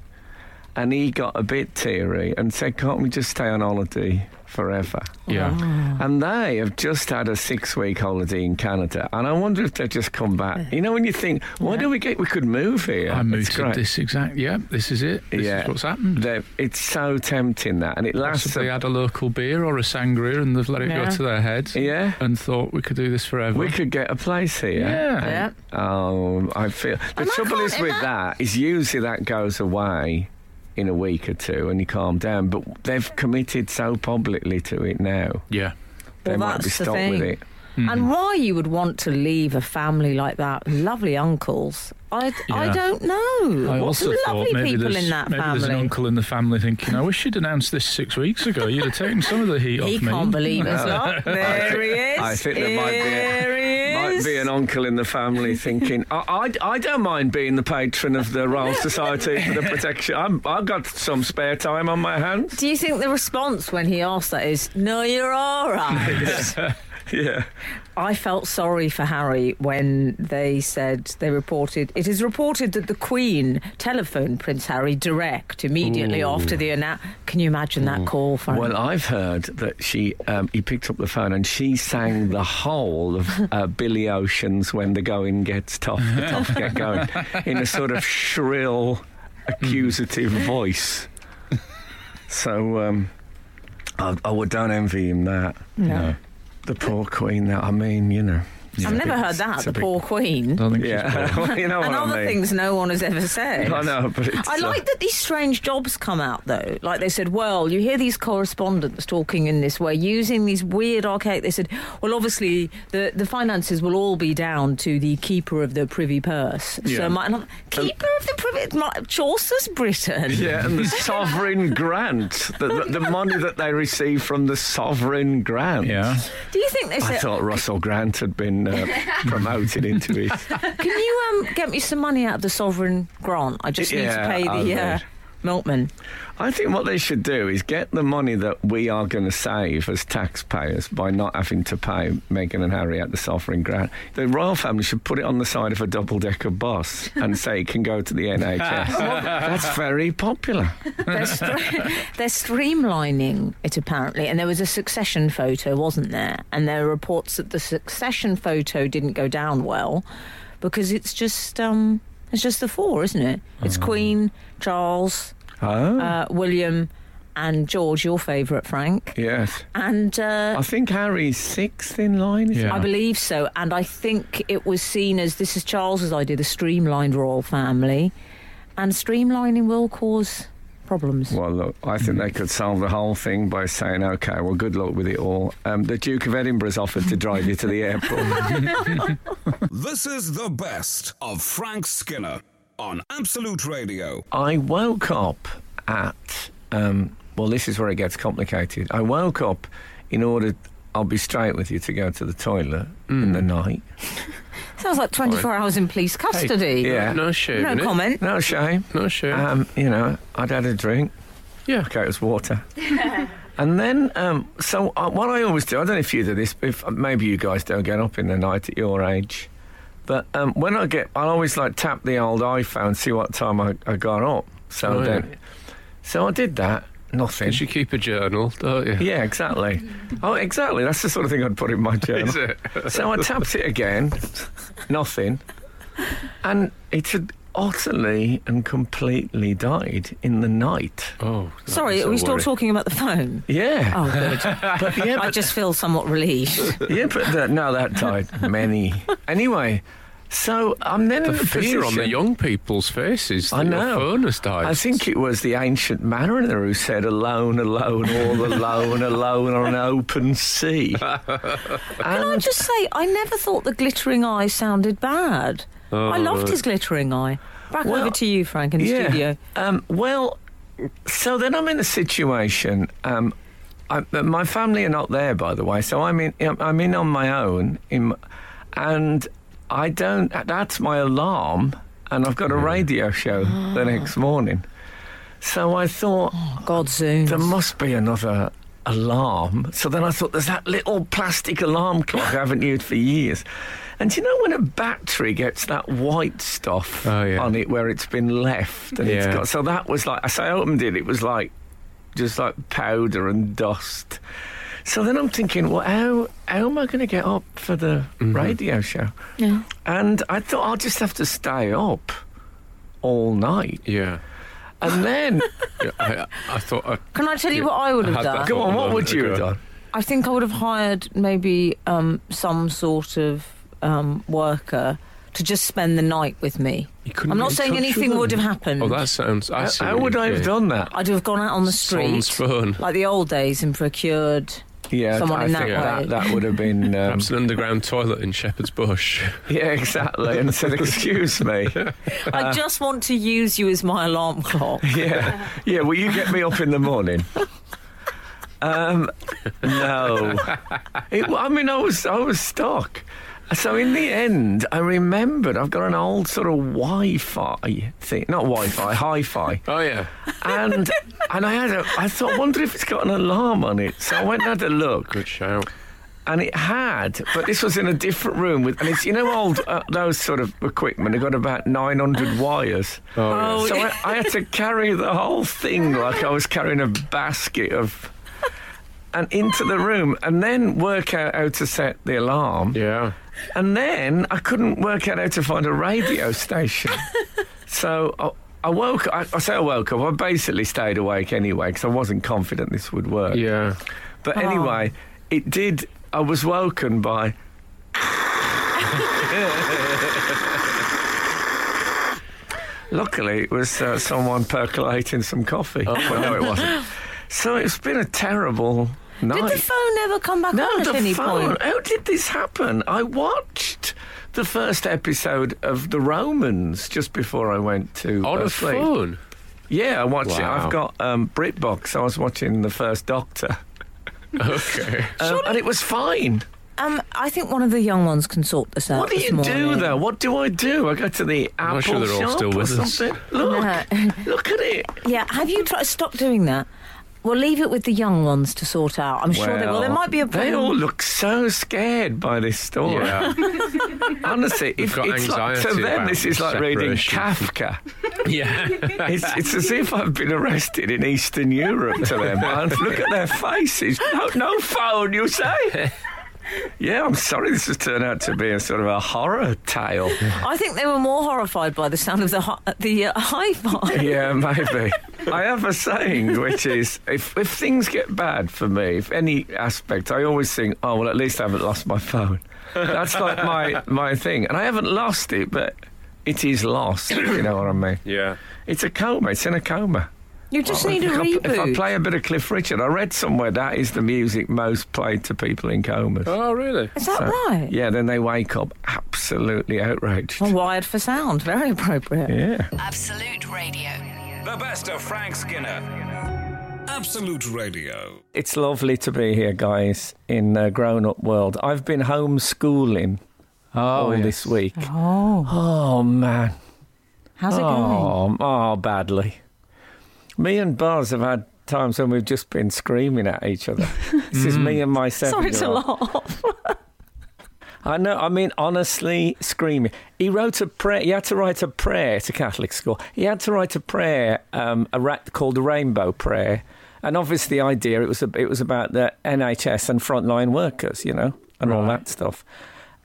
S3: and he got a bit teary and said, "Can't we just stay on holiday forever?"
S4: Yeah.
S5: Oh.
S3: And they have just had a six-week holiday in Canada, and I wonder if they've just come back. You know, when you think, "Why do we get? We could move here."
S4: I
S3: It's
S4: moved to
S3: great.
S4: this exact. Yeah, this is it. This is what's happened.
S3: They've- it's so tempting that, and it lasts.
S4: Possibly
S3: a-
S4: had a local beer or a sangria and they've let it
S5: Yeah.
S4: go to their head.
S3: Yeah.
S4: And thought we could do this forever.
S3: we could get a place here.
S4: Yeah.
S5: Yeah.
S3: Oh, I feel the
S5: And I
S3: trouble
S5: can't
S3: is with
S5: ima-
S3: that is usually that goes away in a week or two and you calm down. But they've committed so publicly to it now.
S4: Yeah.
S3: they
S5: Well,
S3: might be
S5: that's the
S3: stuck
S5: thing.
S3: with it.
S4: Mm-hmm.
S5: And why you would want to leave a family like that, lovely uncles, I, I
S4: Yeah.
S5: don't know.
S4: I
S5: What's
S4: also thought
S5: lovely
S4: maybe,
S5: people
S4: there's,
S5: in that
S4: maybe there's an
S5: family.
S4: uncle in the family thinking, I wish you'd announced this six weeks ago. You'd have taken some of the heat off
S5: <laughs> He
S4: me.
S5: can't believe
S4: <laughs>
S5: us lot. There he is.
S3: I think there might be a-
S5: There he
S3: Might
S5: is.
S3: be an uncle in the family thinking, I, I, I don't mind being the patron of the Royal Society
S5: <laughs>
S3: for the Protection. I'm, I've got some spare time on my hands.
S5: Do you think the response when he asked that is, no, you're all
S4: <laughs>
S5: right?
S3: Yeah.
S5: I felt sorry for Harry when they said they reported. It is reported that the Queen telephoned Prince Harry direct immediately after the announcement. Can you imagine that call for
S3: Well, I've heard that she um, he picked up the phone and she sang the whole
S5: <laughs>
S3: of uh, Billy Ocean's "When the Going Gets Tough, the Tough Get Going" in a sort of shrill, accusative
S5: Mm.
S3: voice. So um, I, I would don't envy him that.
S4: No.
S3: The poor queen. That I mean, you know. it's
S5: I've
S3: a
S5: never
S3: big-
S5: heard that,
S3: it's
S5: the
S3: a big-
S5: poor Queen.
S4: I don't
S3: <laughs>
S4: think she's
S3: Yeah,
S4: bothered.
S3: well, you know what
S5: and
S3: I
S5: other
S3: mean.
S5: things no one has ever said.
S3: I know, but it's,
S5: I
S3: uh,
S5: like that these strange jobs come out though. Like they said, well, you hear these correspondents talking in this way, using these weird archaic. They said, well, obviously the, the finances will all be down to the keeper of the privy purse.
S4: Yeah.
S5: So my, and I'm- keeper of the privy, my, Chaucer's Britain.
S3: Yeah, and the sovereign grant, the, the, the money that they receive from the sovereign grant.
S4: Yeah.
S5: Do you think they
S3: I
S5: said?
S3: thought Russell Grant had been uh, promoted into it.
S5: Can you um, get me some money out of the sovereign grant? I just need
S3: Yeah,
S5: to pay
S3: I've
S5: the uh,
S3: heard.
S5: milkman.
S3: I think what they should do is get the money that we are going to save as taxpayers by not having to pay Meghan and Harry at the sovereign grant. The royal family should put it on the side of a double decker bus and say it can go to the NHS. That's very popular.
S5: They're, str- <laughs> they're streamlining it apparently, and there was a succession photo, wasn't there? And there are reports that the succession photo didn't go down well because it's just um, it's just the four, isn't it? It's Queen, Charles,
S3: Oh,
S5: uh, William, and George, your favourite, Frank,
S3: yes.
S5: and uh,
S3: I think Harry's sixth in line. Is
S4: Yeah.
S5: I believe so. And I think it was seen as this is Charles's idea, the streamlined royal family, and streamlining will cause problems.
S3: Well, look, I think they could solve the whole thing by saying, okay, well, good luck with it all. Um, the Duke of Edinburgh's offered to drive you to the airport.
S1: This is the best of Frank Skinner on Absolute Radio.
S3: I woke up at, um, well, this is where it gets complicated. I woke up in order, I'll be straight with you, to go to the toilet in the night.
S5: Sounds like 24 hours in police custody.
S3: Yeah.
S9: No shame.
S5: No
S9: in it.
S5: comment.
S3: No shame.
S9: No shame.
S3: Um, you know, I'd had a drink.
S9: Yeah.
S3: Okay, it was water. and then, um, so uh, what I always do, I don't know if you do this, if uh, maybe you guys don't get up in the night at your age, but um, when I get, I always like tap the old iPhone, see what time I, I got up. So
S9: Oh, yeah.
S3: then, so I did that. Nothing.
S9: You should keep a journal, don't you?
S3: Yeah, exactly. Oh, exactly. That's the sort of thing I'd put in my journal.
S9: Is it?
S3: So I tapped it again, nothing, and it had utterly and completely died in the night.
S9: Oh. that
S5: Sorry,
S9: is
S5: are
S9: a
S5: we still
S9: worry.
S5: talking about the phone?
S3: Yeah,
S5: Oh,
S9: <laughs>
S5: good.
S3: but yeah,
S5: I
S3: but,
S5: just feel somewhat relieved.
S3: yeah, but the, no, that died many. Anyway, so I'm then in
S9: The
S3: a
S9: fear on the
S3: position-
S9: young people's faces.
S3: I
S9: that your
S3: know.
S9: phone has died.
S3: I think it was the ancient mariner who said, "Alone, alone, all alone, alone on an open
S9: <laughs>
S3: sea."
S5: Can I
S3: And
S5: just say, I never thought the glittering eye sounded bad.
S9: Oh,
S5: I loved his glittering eye. Back
S3: Well,
S5: over to you, Frank, in the studio.
S3: Um, well, so then I'm in a situation. Um, I, uh, my family are not there, by the way, so I'm in. I'm- I'm in on my own, in, m- and I don't. That's my alarm, and I've got a radio show the next morning. So I thought
S5: God Zoom.
S3: there must be another alarm. So then I thought, there's that little plastic alarm clock I haven't used for years. And do you know when a battery gets that white stuff
S4: Oh, yeah.
S3: on it where it's been left and it's
S4: Yeah.
S3: got so that was like as I opened it it was like just like powder and dust. So then I'm thinking, well how how am I gonna get up for the
S4: Mm-hmm.
S3: radio show?
S5: Yeah.
S3: And I thought I'll just have to stay up all night.
S9: Yeah.
S3: And
S4: <laughs>
S3: then
S4: Yeah, I, I thought I,
S5: Can I tell you what I would
S4: I
S5: have
S4: had that.
S5: done?
S3: go on, what would you have
S4: Okay.
S3: done?
S5: I think I would have hired maybe um, some sort of um, worker to just spend the night with me.
S9: You couldn't
S5: I'm
S9: get
S5: not
S9: in
S5: saying
S9: touch with
S5: anything
S9: them.
S5: would have happened.
S9: Oh, that sounds. I
S3: How,
S9: see
S3: how
S9: what
S3: would
S9: you
S3: I have
S9: mean.
S3: done that?
S5: I'd have gone out on the
S9: Son's
S5: street
S9: phone.
S5: like the old days and procured.
S3: Yeah,
S5: Someone
S3: I
S5: in that
S3: think
S5: way.
S3: that, that would have <laughs> been um,
S9: Perhaps an underground toilet in
S3: <laughs>
S9: Shepherd's Bush.
S3: Yeah, exactly. And said, "Excuse <laughs> me."
S5: I
S3: Uh,
S5: just want to use you as my alarm clock.
S3: Yeah, yeah. Will you get me up in the morning? Um, no. It, I mean, I was I was stuck. So in the end, I remembered I've got an old sort of Wi-Fi thing, not Wi-Fi, hi-fi,
S9: Oh yeah.
S3: and and I had a, I thought, wonder if it's got an alarm on it. So I went and had a look,
S9: Good shout.
S3: and it had, but this was in a different room with, and it's you know old uh, those sort of equipment. I got about nine hundred wires,
S5: Oh,
S3: so I, I had to carry the whole thing like I was carrying a basket of, and into the room, and then work out how to set the alarm,
S9: Yeah.
S3: and then I couldn't work out how to find a radio
S9: <laughs>
S3: station, so. I, I woke. I, I say I woke up. I basically stayed awake anyway because I wasn't confident this would work.
S9: Yeah.
S3: But
S5: Oh.
S3: anyway, it did. I was woken by. <laughs> Luckily, it was uh, someone percolating some coffee. Oh, no, it
S9: <laughs>
S3: wasn't. So it's been a terrible
S5: Did
S3: night.
S5: the phone never come back
S3: no,
S5: on at any
S3: the phone.
S5: point?
S3: How did this happen? I watched the first episode of The Romans just before I went to
S9: On
S3: uh,
S9: a
S3: sleep.
S9: phone. <laughs>
S3: Yeah, I watched it.
S9: Wow.
S3: I've got um, BritBox. I was watching The First Doctor,
S9: Okay.
S3: um, and it was fine.
S5: Um, I think one of the young ones can sort this out.
S3: What do
S5: this
S3: you do
S5: morning.
S3: though? What do I do? I go to the Apple
S9: I'm not sure they're all
S3: shop
S9: still
S3: or
S9: with us.
S3: something. Look,
S5: No.
S3: <laughs> look at it.
S5: Yeah, have you tried? Stop doing that. We'll leave it with the young ones to sort out. I'm sure they will. There might be a
S3: They
S5: problem.
S3: all look so scared by this story.
S9: Yeah.
S3: Honestly, if,
S9: got
S3: it's like, to
S9: anxiety
S3: them,
S9: about
S3: this is like reading
S9: separation. <laughs>
S3: Kafka.
S9: <laughs> yeah.
S3: It's, it's as if I've been arrested in Eastern Europe to
S9: <laughs>
S3: them. And look at their faces. No, no phone, you
S9: <laughs>
S3: say? Yeah, I'm sorry. This has turned out to be a sort of a horror tale.
S5: I think they were more horrified by the sound of the hi- the uh,
S3: <laughs>
S5: hi-fi.
S3: Yeah, maybe. I have a saying, which is if, if things get bad for me, if any aspect, I always think, oh, well, at least I haven't lost my phone. That's like my, my thing. And I haven't lost it, but it is lost, if you know what I mean.
S9: Yeah.
S3: It's a coma, it's in a coma.
S5: You just need a
S3: If I- If I
S5: reboot.
S3: play a bit of Cliff Richard, I read somewhere that is the music most played to people in comas.
S9: Oh really?
S5: Is that
S3: So,
S5: right?
S3: Yeah, then they wake up absolutely outraged.
S5: Well, wired for sound. Very appropriate.
S3: Yeah.
S6: Absolute Radio.
S1: The best of Frank Skinner. Absolute Radio.
S3: It's lovely to be here, guys, in uh, grown up world. I've been homeschooling all this week.
S5: Oh,
S3: Oh, man.
S5: how's it
S3: Oh,
S5: going?
S3: oh, badly. Me and Buzz have had times when we've just been screaming at each other. this is me and my
S5: Sorry
S3: seven.
S5: to laugh.
S3: I know. I mean, honestly, screaming. He wrote a prayer. He had to write a prayer to Catholic school. He had to write a prayer, um, a ra- called the Rainbow Prayer, and obviously, the idea it was a, it was about the NHS and frontline workers, you know, and all that stuff.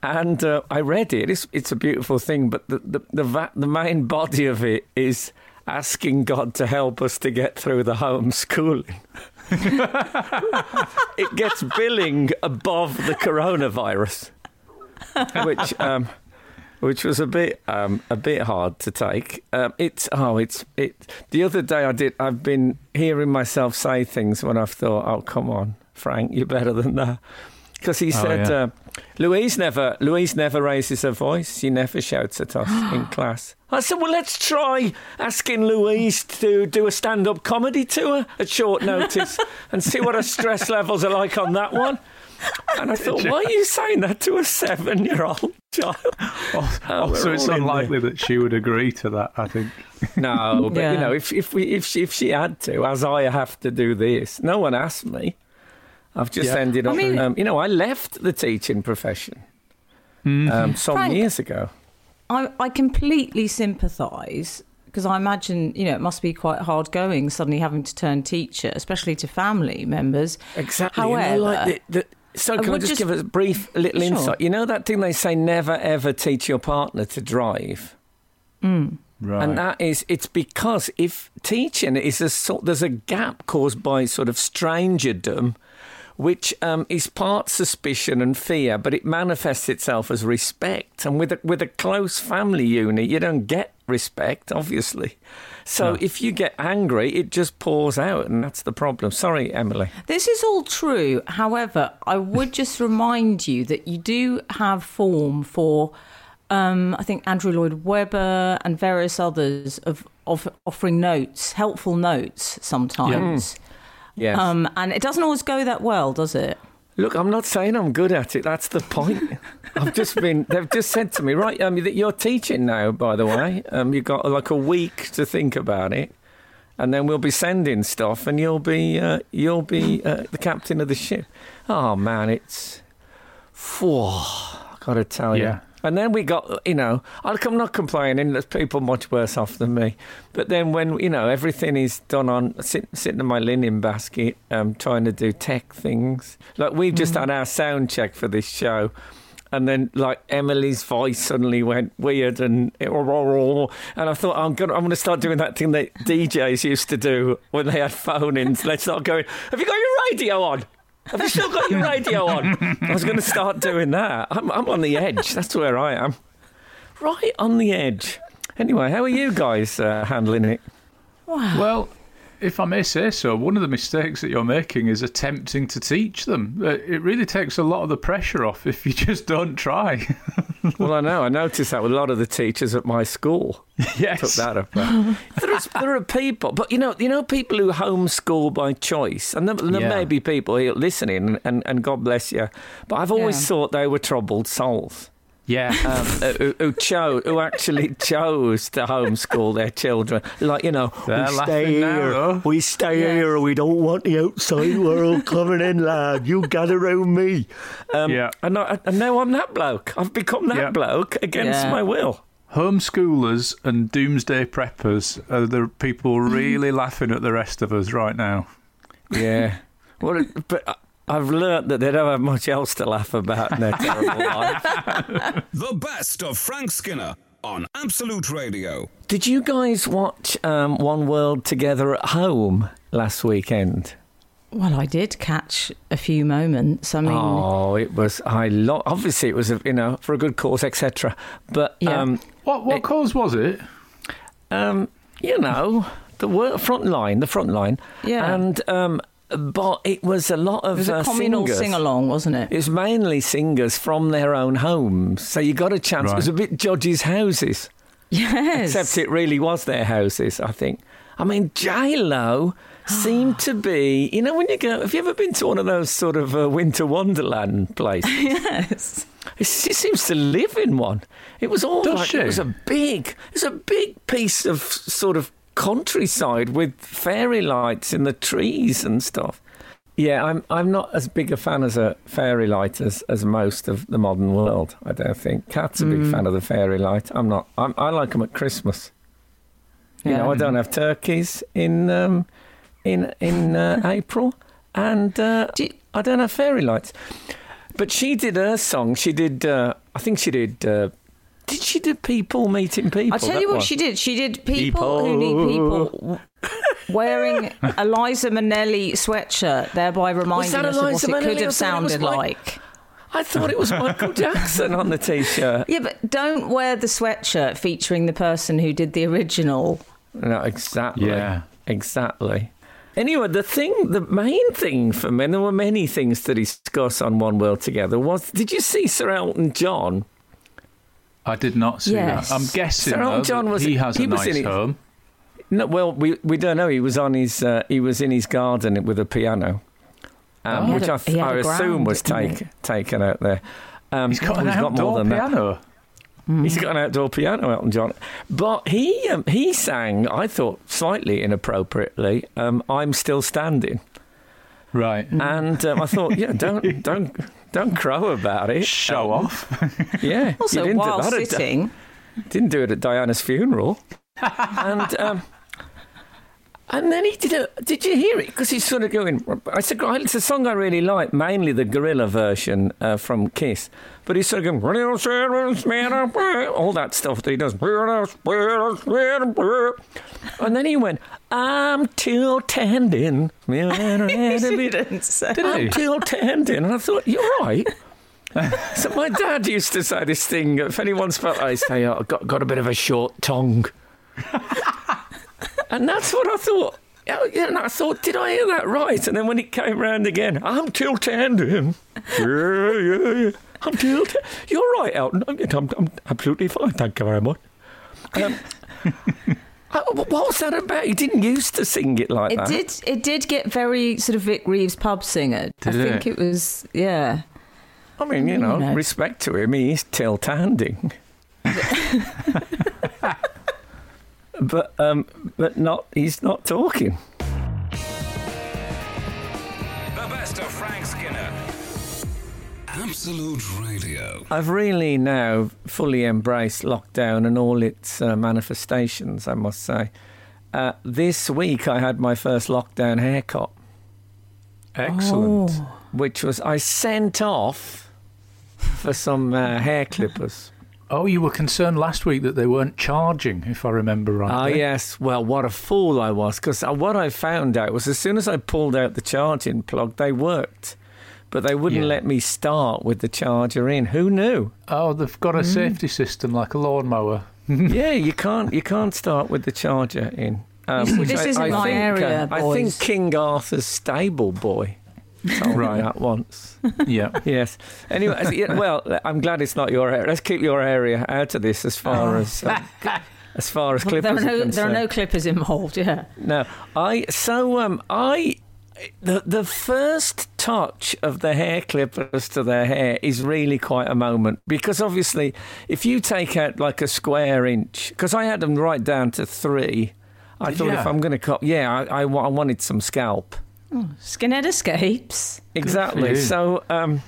S3: And uh, I read it. It's it's a beautiful thing, but the the the, va- the main body of it is asking God to help us to get through the homeschooling. <laughs> it gets billing above the coronavirus, which um, which was a bit um, a bit hard to take. Um, it's oh, it's it. The other day I did. I've been hearing myself say things when I've thought, oh come on, Frank, you're better than that. Because he said,
S4: yeah.
S3: uh, Louise never Louise never raises her voice. She never shouts at us in class. I said, well, let's try asking Louise to do a stand up comedy tour at short notice and see what her stress levels are like on that one. And I thought, why are you saying that to a seven year old <laughs> child? Oh,
S10: So
S3: we're
S10: it's
S3: all
S10: not
S3: in
S10: likely that she would agree to that. I think.
S3: <laughs> No, but you
S5: Yeah.
S3: know, if if we if she, if she had to, as I have to do this, no one asked me. I've just ended up.
S5: mean-
S3: um, you know, I left the teaching profession
S10: Mm-hmm.
S3: um, some
S5: Frank.
S3: years ago.
S5: I, I completely sympathise because I imagine you know it must be quite hard going suddenly having to turn teacher, especially to family members.
S3: Exactly. and
S5: However,
S3: I like the, the, so
S5: I
S3: can I
S5: would
S3: just,
S5: just-
S3: give a brief little
S5: Sure.
S3: insight? You know that thing they say never ever teach your partner to drive?
S4: Right.
S3: And that is, it's because if teaching is a sort, there's a gap caused by sort of strangerdom, which um, is part suspicion and fear, but it manifests itself as respect. And with a, with a close family unit, you don't get respect, obviously. So if you get angry, it just pours out, and that's the problem. Sorry, Emily.
S5: This is all true. However, I would just remind you that you do have form for, um, I think, Andrew Lloyd Webber and various others of, of offering notes, helpful notes sometimes.
S3: Yes.
S5: Um, and it doesn't always go that well, does it?
S3: Look, I'm not saying I'm good at it. That's the point. I've just been. They've just said to me, right? Um, that you're teaching now, by the way. Um, you've got like a week to think about it, and then we'll be sending stuff, and you'll be uh, you'll be uh, the captain of the ship. Oh man, it's. Phew, I gotta tell you.
S4: Yeah.
S3: And then we got, you know, I- I'm not complaining. There's people much worse off than me. But then when you know everything is done on sit, sitting in my linen basket, um, trying to do tech things. Like we've just had our sound check for this show, and then like Emily's voice suddenly went weird and it- and I thought I'm gonna I'm gonna start doing that thing that <laughs> DJs used to do when they had phone-ins. Let's start going. Have you got your radio on? Have you still got your radio on? <laughs> I was going to start doing that. I'm, I'm on the edge. That's where I am. Right on the edge. Anyway, how are you guys uh, handling it?
S4: Well, if I may say so, one of the mistakes that you're making is attempting to teach them. Uh, It really takes a lot of the pressure off if you <laughs> just don't try.
S3: Well, I know. I noticed that with a lot of the teachers at my school.
S4: <laughs> yes.
S3: Took that up. there, is, there are people, but you know, you know, people who homeschool by choice, and there, there
S4: Yeah.
S3: may be people here listening, and, and God bless you. But I've always
S5: Yeah.
S3: thought they were troubled souls.
S4: Yeah.
S3: um, uh, who, who chose, who actually chose to homeschool their children. Like you know,
S4: They're
S3: we stay
S4: laughing now,
S3: here,
S4: though.
S3: we stay
S5: Yes.
S3: here, we don't want the outside world coming in, lad. You gather round me. Um,
S4: <laughs> Yeah.
S3: and, I, and now I'm that bloke. I've become that
S4: Yeah.
S3: bloke against
S5: Yeah.
S3: my will.
S4: Homeschoolers and doomsday preppers are the people really laughing at the rest of us right now.
S3: Yeah. well, but I- I've learnt that they don't have much else to laugh about in their
S5: <laughs>
S3: terrible life.
S1: The best of Frank Skinner on Absolute Radio.
S3: Did you guys watch um, One World Together at Home last weekend?
S5: Well, I did catch a few moments. I mean,
S3: oh, it was I lo- obviously it was a, you know for a good cause, etc. But
S5: Yeah.
S3: um,
S4: What what
S3: It-
S4: cause was it?
S3: um, you know the wor- front line, the front line,
S5: Yeah.
S3: and um, but it was a lot of
S5: it was a
S3: uh,
S5: communal
S3: singers.
S5: sing along, wasn't it?
S3: It's mainly singers from their own homes, so you got a chance. It was a
S4: Right.
S3: bit judges' houses,
S5: Yes.
S3: except
S5: <laughs>
S3: it really was their houses. I think. I mean, J
S5: <gasps>
S3: Lo seemed to be. You know, when you go, have you ever been to one of those sort of uh, winter wonderland places?
S5: yes.
S3: She seems to live in one. It was all
S4: Does
S3: like,
S4: she?
S3: it was a big, it was a big piece of sort of countryside with fairy lights in the trees and stuff. Yeah, I'm I'm not as big a fan as a fairy light as, as most of the modern world. I don't think. Cat's a big
S4: Mm.
S3: fan of the fairy light. I'm not. I'm, I like them at Christmas. You know, I don't have turkeys in um, in in
S4: <laughs>
S3: uh, April, and uh,
S5: Do you-
S3: I don't have fairy lights. But she did her song. She did. Uh, I think she did. Uh, did she do people meeting people?
S5: I'll tell
S3: That
S5: you what
S3: one.
S5: she did. She did people, who need people
S3: <laughs>
S5: w- wearing Eliza Minnelli sweatshirt, thereby reminding
S3: that
S5: us of what
S3: Eliza
S5: it
S3: Minnelli? I
S5: could have
S3: thought it was
S5: sounded
S3: like-
S5: like.
S3: I thought it was
S5: <laughs>
S3: Michael Jackson on the t-shirt.
S5: Yeah, but don't wear the sweatshirt featuring the person who did the original.
S3: No, exactly.
S4: Yeah.
S3: Exactly. Anyway, the thing, the main thing for me, and there were many things to discuss on One World Together, was did you see Sir Elton John?
S4: I did not see
S5: Yes.
S4: that. I'm guessing
S3: Sir Elton
S4: though,
S3: John
S4: that
S3: was-
S4: he has
S3: he
S4: a
S3: was in
S4: nice
S3: it.
S4: home.
S3: No, well, we we don't know. He was on his uh, he was in his garden with a piano,
S4: Oh.
S3: um,
S5: He had
S3: which
S5: a-
S3: I
S5: he
S3: th-
S5: had
S3: I
S5: a
S3: assume
S5: ground,
S3: was
S5: didn't
S3: take, taken out there. Um,
S4: He's got an
S3: got more
S4: outdoor
S3: than that.
S4: piano. Mm.
S3: He's got an outdoor piano, Elton John. But he um, he sang, I thought, slightly inappropriately. Um, I'm still standing. Right.
S5: Mm.
S3: And um, I thought, yeah,
S4: <laughs>
S3: don't don't don't crow about it.
S4: Show
S3: Um,
S4: off.
S3: Yeah.
S5: Also,
S3: you didn't do
S5: while
S3: that at Di- <laughs>
S5: sitting-
S3: didn't do it at Diana's funeral. and um, and then he did a. Did you hear it? Because he's sort of going. It's a, gr- it's a song I really like, mainly the gorilla version uh, from Kiss. But he's sort of going all that stuff that he does. And then he went, "I'm till tending." <laughs> didn't
S5: say.
S3: I'm till tending, and I thought, "You're right." so my dad used to say this thing. If anyone's felt, I say, oh, "I've got, got a bit of a short tongue," <laughs> and that's what I thought. Oh, yeah, And I thought, did I hear that right? And then when it came round again, I'm tilt-handed. Yeah, yeah, yeah. I'm tilt. You're right, Elton. I'm, I'm, I'm absolutely fine. Thank you very much. Um, <laughs> I- what was that about? You didn't used to sing it like
S5: It
S3: that.
S5: did. It did get very sort of Vic Reeves pub singer.
S3: Did
S5: I think
S3: it?
S5: it was.
S3: <laughs>
S5: Yeah.
S3: I mean, you know, respect to him, he's tilt-handing. but um, but not he's not talking.
S1: The best of Frank Skinner. Absolute Radio.
S3: I've really now fully embraced lockdown and all its uh, manifestations, I must say. Uh, this week I had my first lockdown haircut.
S11: Excellent.
S3: Which was, I sent off for some uh, hair clippers.
S4: Oh, you were concerned last week that they weren't charging, if I remember
S3: Ah,
S4: rightly.
S3: yes. Well, what a fool I was. Because what I found out was as soon as I pulled out the charging plug, they worked. But they wouldn't let me start with the charger in. Who
S5: <laughs>
S3: knew?
S4: Oh, they've got a
S3: Mm.
S4: safety system like a lawnmower.
S3: yeah, you can't you can't start with the charger in. Um,
S5: You see,
S3: which
S5: this isn't my
S3: think, uh,
S5: area,
S3: I think
S5: boys.
S3: King Arthur's stable boy told me
S4: Right.
S3: that once.
S4: yeah.
S3: Yes. Anyway, as- yeah, well, I'm glad it's not your area. Let's keep your area out of this as far as um, as far as clippers
S5: Oh. <laughs> there are
S3: are
S5: no.
S3: concerned.
S5: There are no clippers involved. Yeah.
S3: No, I so um I the the first touch of the hair clippers to their hair is really quite a moment because obviously if you take out like a square inch because I had them right down to three, I
S5: Did
S3: thought if
S5: ya?
S3: I'm going to cut, yeah, I, I, wa- I wanted some scalp
S5: Oh, Skinhead escapes.
S3: exactly.
S4: you.
S3: So um,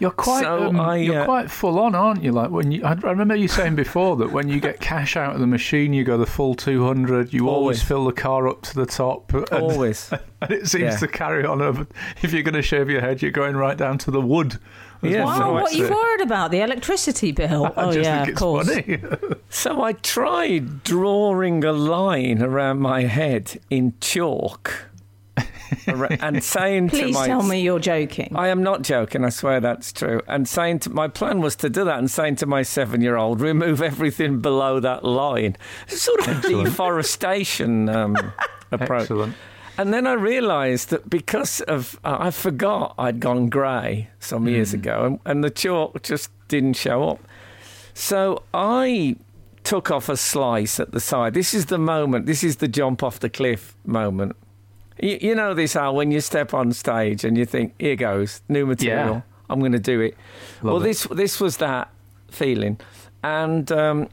S4: you're Quite,
S3: so
S4: um,
S3: I,
S4: you're
S3: uh,
S4: quite full on, aren't you? Like when you, I I remember you saying before that when you get cash out of the machine, you go the full two hundred. You always.
S3: Always.
S4: fill the car up to the top. And, <laughs>
S3: Always.
S4: and it seems
S3: Yeah.
S4: to carry on. Over. If you're going to shave your head, you're going right down to the wood. as well.
S5: wow, what are
S4: That's
S5: you
S4: it.
S5: worried about? The electricity bill.
S4: <laughs> I
S5: oh
S4: just
S5: yeah,
S4: think
S5: of
S4: it's
S5: course.
S4: funny.
S3: So I tried drawing a line around my head in
S4: <laughs>
S3: chalk ar- and saying to
S5: Please
S3: my
S5: tell me you're joking.
S3: I am not joking, I swear that's true. And saying to my plan was to do that and saying to my 7-year-old remove everything below that line. Sort of a deforestation um, approach.
S4: <laughs> Excellent.
S3: And then I realised that because of uh, I forgot I'd gone grey some
S4: Mm.
S3: years ago, and, and the chalk just didn't show up. So I took off a slice at the side. This is the moment. This is the jump off the cliff moment. You, you know this, Al, when you step on stage and you think, "Here goes new material.
S4: Yeah.
S3: I'm going to do it."
S4: Love
S3: well,
S4: it.
S3: this this was that feeling, and um,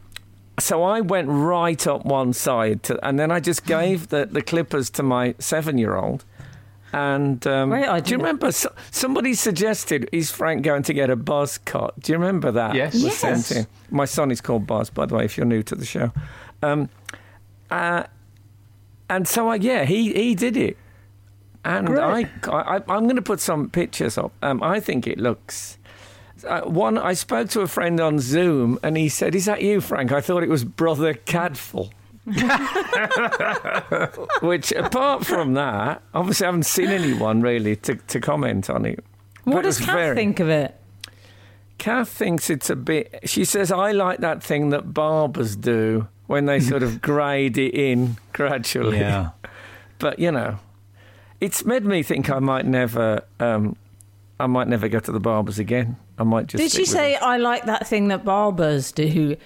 S3: so I went right up one side, to, and then I
S5: <laughs>
S3: just gave the, the clippers to my seven year old. And um,
S5: Right, I
S3: do you
S5: didn't-
S3: remember so, somebody suggested is Frank going to get a buzz cut? Do you remember that?
S4: Yes.
S3: Was
S4: Yes.
S3: sent in. My son is called Buzz, by the way, if you're new to the show. Um, uh, and so I, yeah, he he did it, and I, I I'm going to put some pictures up. Um, I think it looks. Uh, one, I spoke to a friend on Zoom, and he said, "Is that you, Frank?" I thought it was Brother Cadful. <laughs> Which, apart from that, obviously, I haven't seen anyone really to, to comment on it. But
S5: What
S3: it
S5: does
S3: was
S5: Kath
S3: very-
S5: think of it?
S3: Kath thinks it's a bit. She says, I like that thing that barbers do when they sort
S5: <laughs>
S3: of grade it in gradually.
S4: Yeah.
S3: <laughs> But, you know, it's made me think I might never. Um, I might never go to the barbers again. I might just.
S5: Did
S3: stick
S5: she
S3: with
S5: say, I like that thing that barbers do,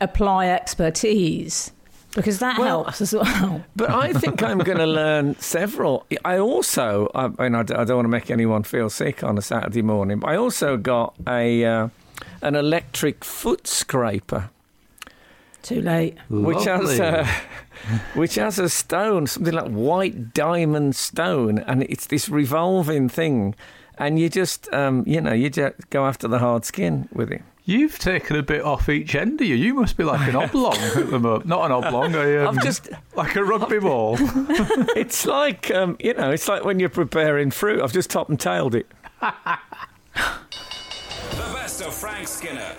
S5: apply expertise? Because that helps as well. <laughs>
S3: But I think I'm going to learn several. I also, I mean, I, d- I don't want to make anyone feel sick on a Saturday morning. But I also got a uh, an electric foot scraper,
S5: Too late.
S3: which has uh, <laughs> which has a stone, something like white diamond stone, and it's this revolving thing. And you just, um, you know, you just go after the hard skin with it. <laughs>
S4: You've taken a bit off each end of you. You must be like an oblong at the moment. Not an oblong. I, um,
S3: I've just-
S4: like a rugby
S5: <laughs>
S4: ball.
S3: it's like, um, you know, it's like when you're preparing fruit. I've just top and tailed it.
S1: The best of Frank Skinner.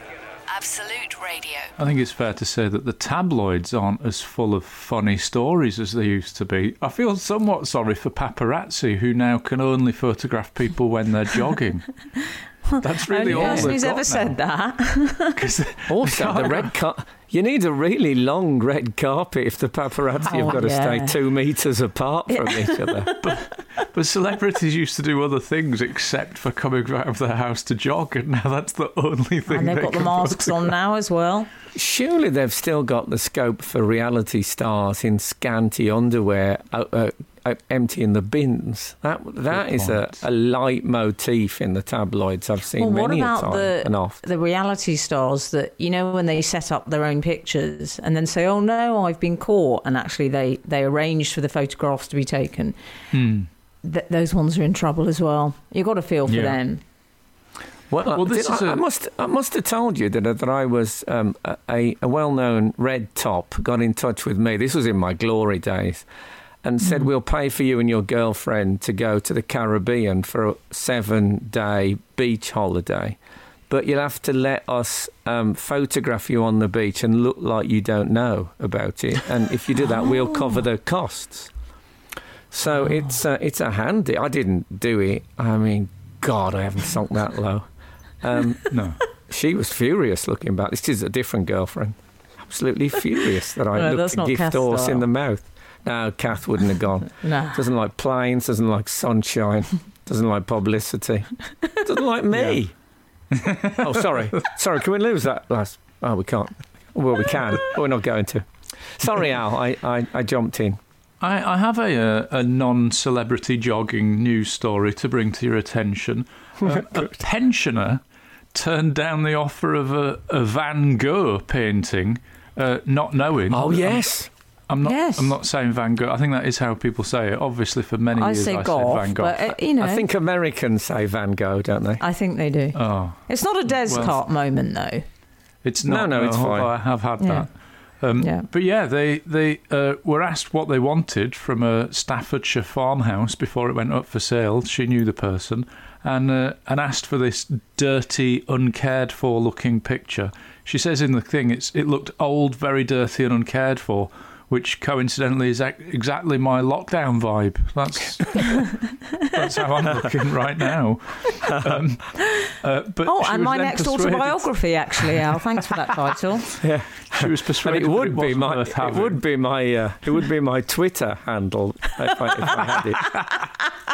S6: Absolute Radio.
S4: I think it's fair to say that the tabloids aren't as full of funny stories as they used to be. I feel somewhat sorry for paparazzi who now can only photograph people when they're
S5: <laughs>
S4: jogging. That's really
S5: Only
S4: all
S5: person
S4: they've
S5: who's
S4: got
S5: ever
S4: now.
S5: said that.
S3: Also, the red car. You need a really long red carpet if the paparazzi
S4: Oh,
S3: have got to stay
S4: yeah.
S3: two metres apart from each other.
S5: <laughs>
S4: But celebrities used to do other things except for coming out of their house to jog, and now that's the only thing.
S5: And they've
S4: they
S5: got the
S4: can
S5: masks on now as well.
S3: Surely they've still got the scope for reality stars in scanty underwear, out, uh, out emptying the bins. That that is a, a light motif in the tabloids. I've seen
S5: Well, what
S3: many a
S5: about
S3: time
S5: the
S3: and off.
S5: the reality stars that you know when they set up their own pictures and then say, "Oh no, I've been caught," and actually they they arranged for the photographs to be taken. Th- those ones are in trouble as well. You got to feel for
S3: Hmm. Yeah.
S5: them.
S3: Well,
S5: Well,
S3: did-
S5: this is
S3: I,
S5: a-
S3: I must I must have told you that that I was um, a, a well known red top got in touch with me. This was in my glory days, and
S5: Hmm.
S3: said we'll pay for you and your girlfriend to go to the Caribbean for a seven day beach holiday, but you'll have to let us um, photograph you on the beach and look like you don't know about it. And if you do that, we'll cover
S5: Oh.
S3: the costs. So it's uh, it's a handy. I didn't do it. I mean, God, I haven't sunk that low. <laughs> Um,
S4: no,
S3: she was furious looking back. This is a different girlfriend. Absolutely furious
S5: <laughs>
S3: that I
S5: No, that's
S3: looked a
S5: not
S3: gift
S5: Kath's
S3: horse in
S5: style.
S3: the mouth. No, Kath wouldn't have
S5: <laughs>
S3: gone.
S5: Nah.
S3: Doesn't like planes. Doesn't like
S5: <laughs>
S3: sunshine. Doesn't like publicity. Doesn't like me. <laughs> oh, sorry. Sorry. Can we lose that last? Oh, we can't. Well, we can, but we're not going to. Sorry, Al. I, I, I jumped in.
S4: I, I have a, uh, a, a non celebrity jogging news story to bring to your
S5: <laughs>
S4: attention. Uh, a pensioner turned down the offer of a, a Van Gogh painting, uh, not knowing.
S3: Oh,
S4: I'm-
S3: yes.
S4: I'm not.
S5: Yes.
S4: I'm not saying Van Gogh. I think that is how people say it. Obviously, for many
S5: I
S4: years
S5: say
S4: I
S5: Gogh,
S4: said Van Gogh.
S5: but, uh, you know.
S3: I think Uh, Americans say Van Gogh, don't they?
S5: I think they do.
S4: oh,
S5: It's not a
S4: Well-
S5: Descartes moment though.
S4: It's
S3: No,
S4: not.
S3: no, it's
S4: although
S3: fine.
S4: I have had
S5: Yeah.
S4: that.
S3: Hmm.
S4: Um,
S5: Yeah.
S4: But yeah, they they uh, were asked what they wanted from a Staffordshire farmhouse before it went up for sale. She knew the person, and uh, and asked for this dirty, uncared for looking picture. She says in the thing, it's it looked old, very dirty, and uncared for. Which coincidentally is ac- exactly my lockdown vibe.
S3: <laughs>
S4: That's that's how I'm looking right now. Um, uh, but
S5: oh,
S4: she
S5: and
S4: was
S5: my
S4: then
S5: next
S4: persuaded-
S5: autobiography, actually, Al. Thanks for
S3: <laughs>
S5: that title.
S3: Yeah.
S4: She was
S3: And
S4: persuaded
S3: it
S4: that
S3: would be
S4: wasn't
S3: my
S4: worth
S3: it
S4: having.
S3: would be my uh, it would be my Twitter handle if I, if I had it.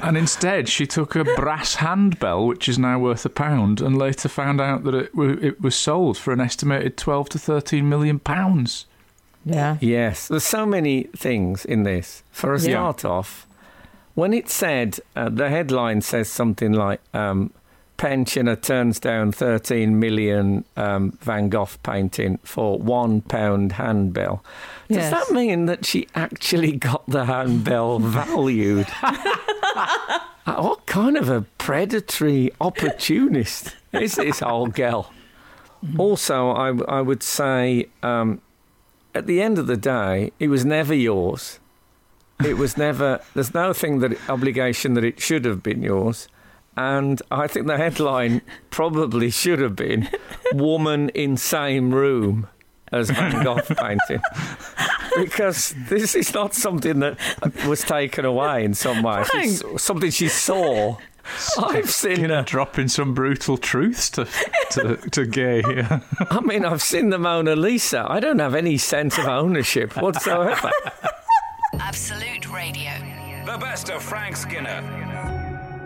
S4: And instead, she took a brass handbell, which is now worth a pound, and later found out that it, w- it was sold for an estimated 12 to 13 million pounds.
S5: Yeah.
S3: Yes, there's so many things in this. For a
S4: Yeah.
S3: start off, when it said uh, the headline says something like um, "Pensioner turns down 13 million um, Van Gogh painting for one pound handbell." Does
S5: Yes.
S3: that mean that she actually got the handbell valued? Uh, what kind of a predatory opportunist is this old girl? Also, I, I would say um, at the end of the day, it was never yours. It was never. There's no thing that obligation that it should have been yours. And I think the headline probably should have been "Woman in same room as Van Gogh painting," because this is not something that was taken away in some way. It's something she saw. I've seen
S4: her dropping some brutal truths to to, to gay <laughs> here.
S3: I mean, I've seen the Mona Lisa. I don't have any sense of ownership whatsoever.
S6: Absolute Radio.
S1: The best of Frank Skinner.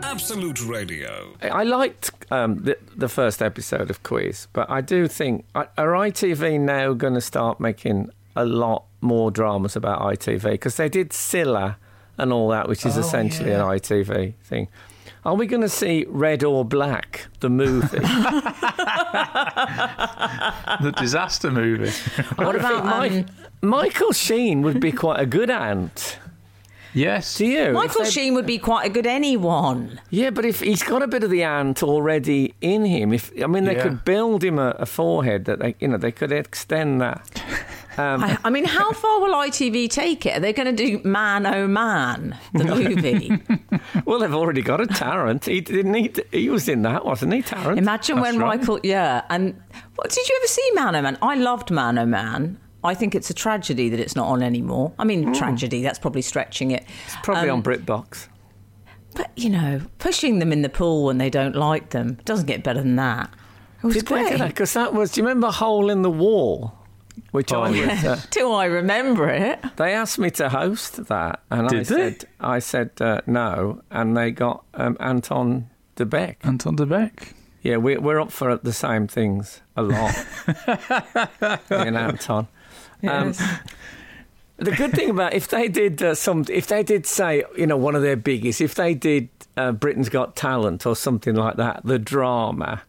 S1: Absolute Radio.
S3: I liked um, the, the first episode of Quiz, but I do think are are ITV now going to start making a lot more dramas about
S5: Oh,
S3: ITV because they did Scylla and all that, which is essentially an ITV thing. Are we going to see Red or Black, the
S5: <laughs>
S3: movie?
S4: the disaster movie.
S3: What
S5: Um,
S3: about Michael Sheen would be quite a good aunt.
S4: Yes.
S3: Do you?
S5: Michael
S3: If they-
S5: Sheen would be quite a good anyone.
S3: Yeah, but if he's got a bit of the ant already in him, if I mean, they
S5: Yeah.
S3: could build him a, a forehead that they, you know, they could extend that. Um,
S5: I, I mean, how far will ITV take it? Are they going to do Man Oh Man,
S3: <laughs>
S5: the movie?
S3: well, they've already got a Tarrant. He didn't he? He was in that, wasn't he? Tarrant.
S5: Imagine when
S3: That's right.
S5: Michael, yeah. And what did you ever see Man O Man? I loved Man O Man. I think it's a tragedy that it's not on anymore. I mean,
S3: Mm.
S5: tragedy, that's probably stretching it. It's
S3: Probably on BritBox.
S5: But, you know, pushing them in the pool when they don't like them doesn't get better than that. It was great.
S3: Because that was. Do you remember Hole in the Wall? Which I was. uh,
S5: Do I remember it?
S3: They asked me to host that, and I
S5: Did they?
S3: said, I said uh, no, and they got um, Anton de Beck.
S4: Anton de Beck.
S3: Yeah, we, we're up for the same things a
S4: <laughs>
S3: lot. Me and Anton. Um, the good thing about if they did uh, some, if they did say, you know, one of their biggest, if they did uh, Britain's Got Talent or something like that, the drama.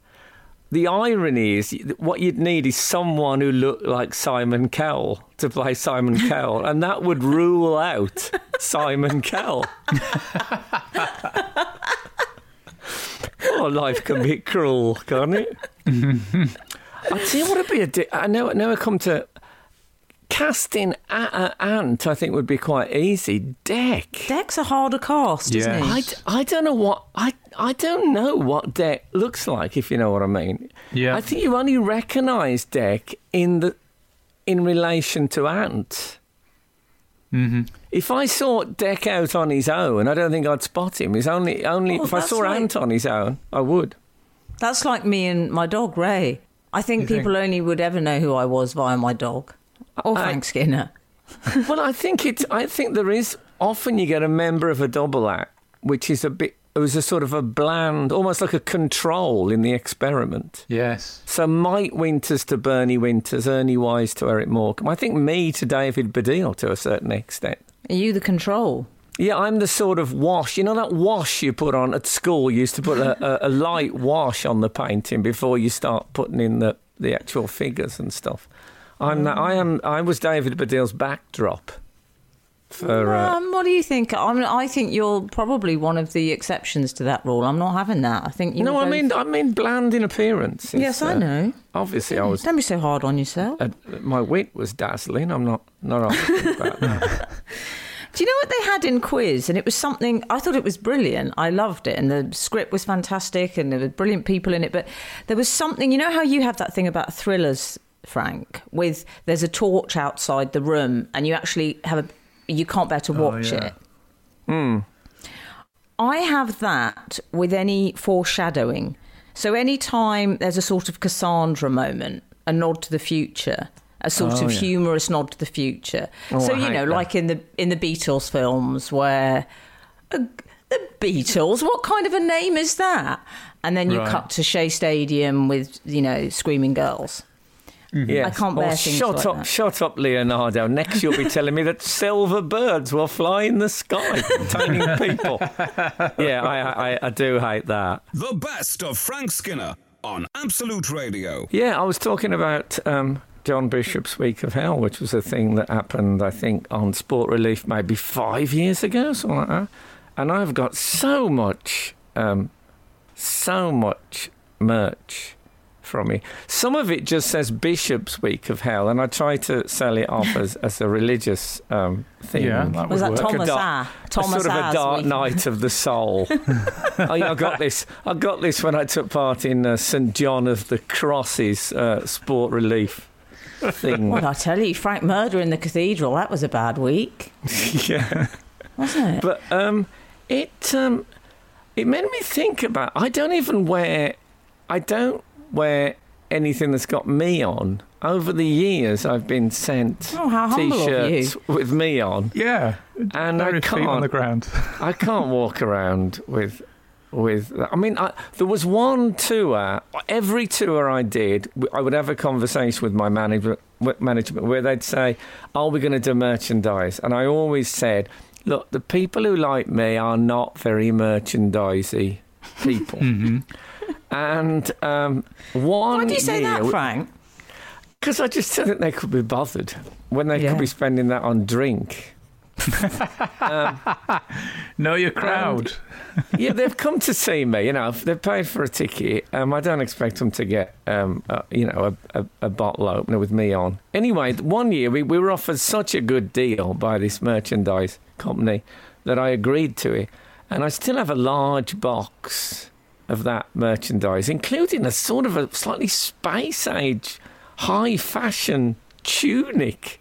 S3: The irony is, what you'd need is someone who looked like Simon Cowell to play Simon Cowell, and that would rule out Simon Cowell. oh, life can be cruel, can't it? I tell you what, it'd be a di- I know. Now I come to casting at an ant. I think would be quite easy. Deck.
S5: Deck's a harder cast, isn't
S3: I,
S5: it?
S3: d- I don't know what I I don't know what Deck looks like. If you know what I mean.
S4: Yeah.
S3: I think you only recognise Deck in the in relation to Ant.
S4: Mm-hmm.
S3: If I saw Deck out on his own, I don't think I'd spot him. He's only only
S5: Oh,
S3: if I
S5: that's
S3: saw
S5: like-
S3: Ant on his own, I would.
S5: That's like me and my dog, Ray. I think
S3: You think?
S5: people only would ever know who I was via my dog or
S3: I-
S5: Frank Skinner.
S3: well, I think it's. I think there is often you get a member of a double act, which is a bit. It was a sort of a bland, almost like a control in the experiment.
S4: Yes.
S3: So Mike Winters to Bernie Winters, Ernie Wise to Eric Morecambe. I think me to David Baddiel to a certain extent.
S5: Are you the control?
S3: Yeah, I'm the sort of wash. You know that wash you put on at school? You used to put a, a, a light wash on the painting before you start putting in the, the actual figures and stuff. I'm that, I am. I was David Baddiel's backdrop for. Uh,
S5: Um, what do you think? I, mean, I think you're probably one of the exceptions to that rule. I'm not having that. I think you.
S3: no,
S5: were
S3: I
S5: both-
S3: mean I mean bland in appearance. uh,
S5: Yes, I know.
S3: Obviously, I was.
S5: Don't be so hard on yourself.
S3: Uh, my wit was dazzling. I'm not not
S5: <laughs>
S3: arguing about that.
S5: Do you know what they had in quiz? And it was something I thought it was brilliant. I loved it, and the script was fantastic, and there were brilliant people in it. But there was something. You know how you have that thing about thrillers, Frank, with there's a torch outside the room, and you actually have a you can't bear to watch
S4: yeah.
S5: it. I have that with any foreshadowing. So any time there's a sort of Cassandra moment, a nod to the future, a sort
S12: Oh,
S5: of
S12: yeah.
S5: humorous nod to the future.
S12: Oh,
S5: so
S12: I
S5: you
S12: hate
S5: know,
S12: that.
S5: like in the in the Beatles films where uh, the Beatles, what kind of a name is that? And then you
S12: Right.
S5: cut to Shea Stadium with you know screaming girls. I can't bear
S3: Oh,
S5: things
S3: shut
S5: like
S3: up,
S5: that.
S3: shut up, Leonardo. Next, you'll be telling
S5: <laughs>
S3: me that silver birds will fly in the sky, containing people. yeah, I, I, I do hate that.
S1: The best of Frank Skinner on Absolute Radio.
S3: Yeah, I was talking about um, John Bishop's Week of Hell, which was a thing that happened, I think, on Sport Relief maybe five years ago, something like that. And I've got so much, um, so much merch from me. Some of it just says Bishop's Week of Hell, and I try to sell it off as, as a religious um, thing.
S4: Yeah, that Was would that work.
S3: Like a
S4: Thomas
S3: dark-
S4: Ah?
S3: a
S4: Thomas
S3: Sort of a
S4: Ah's
S3: dark
S4: Week.
S3: night of the
S5: <laughs>
S3: soul. I, I got this. I got this when I took part in uh, St John of the Crosses uh, sport relief thing.
S5: Well, I tell you, Frank Murder in the Cathedral, that was a bad week.
S3: yeah,
S5: wasn't it?
S3: But um, it um, it made me think about. I don't even wear. I don't wear anything that's got me on. Over the years, I've been sent
S5: Oh, how humble of
S3: t-shirts
S5: you.
S3: with me on.
S4: Yeah,
S3: and I
S4: very
S3: can't
S4: feet on the ground.
S3: I can't walk around with with. that. I mean, I, there was one tour. Every tour I did, w- I would have a conversation with my management w- management where they'd say, "Are we going to do merchandise?" And I always said, "Look, the people who like me are not very merchandisey." people. And um, one.
S5: Why do you say that,
S3: <laughs> Frank? Because I just said that they could be bothered when they could be spending that on drink. um,
S4: <laughs> know your crowd.
S3: yeah, they've come to see me. You know, if they've paid for a ticket. Um, I don't expect them to get, um, a, you know, a, a, a bottle opener with me on. Anyway, th- one year we, we were offered such a good deal by this merchandise company that I agreed to it, and I still have a large box of that merchandise, including a sort of a slightly space age, high fashion tunic.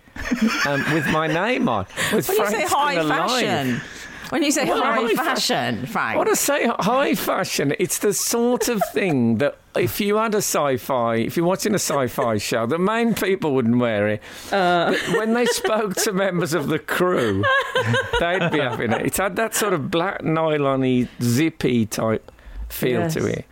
S3: um, with my name on. With
S5: When you say
S3: Frank's
S5: high
S3: Gonna Lie.
S5: fashion, when you say
S3: Well,
S5: high,
S3: high fa-
S5: fashion, Frank,
S3: What I say high fashion, it's the sort of thing that if you had a sci-fi, if you're watching a sci-fi show, the main people wouldn't wear it. But when they spoke to members of the crew, they'd be having it. It's had that sort of black nylon-y, zippy type feel to
S4: Yes.
S3: it.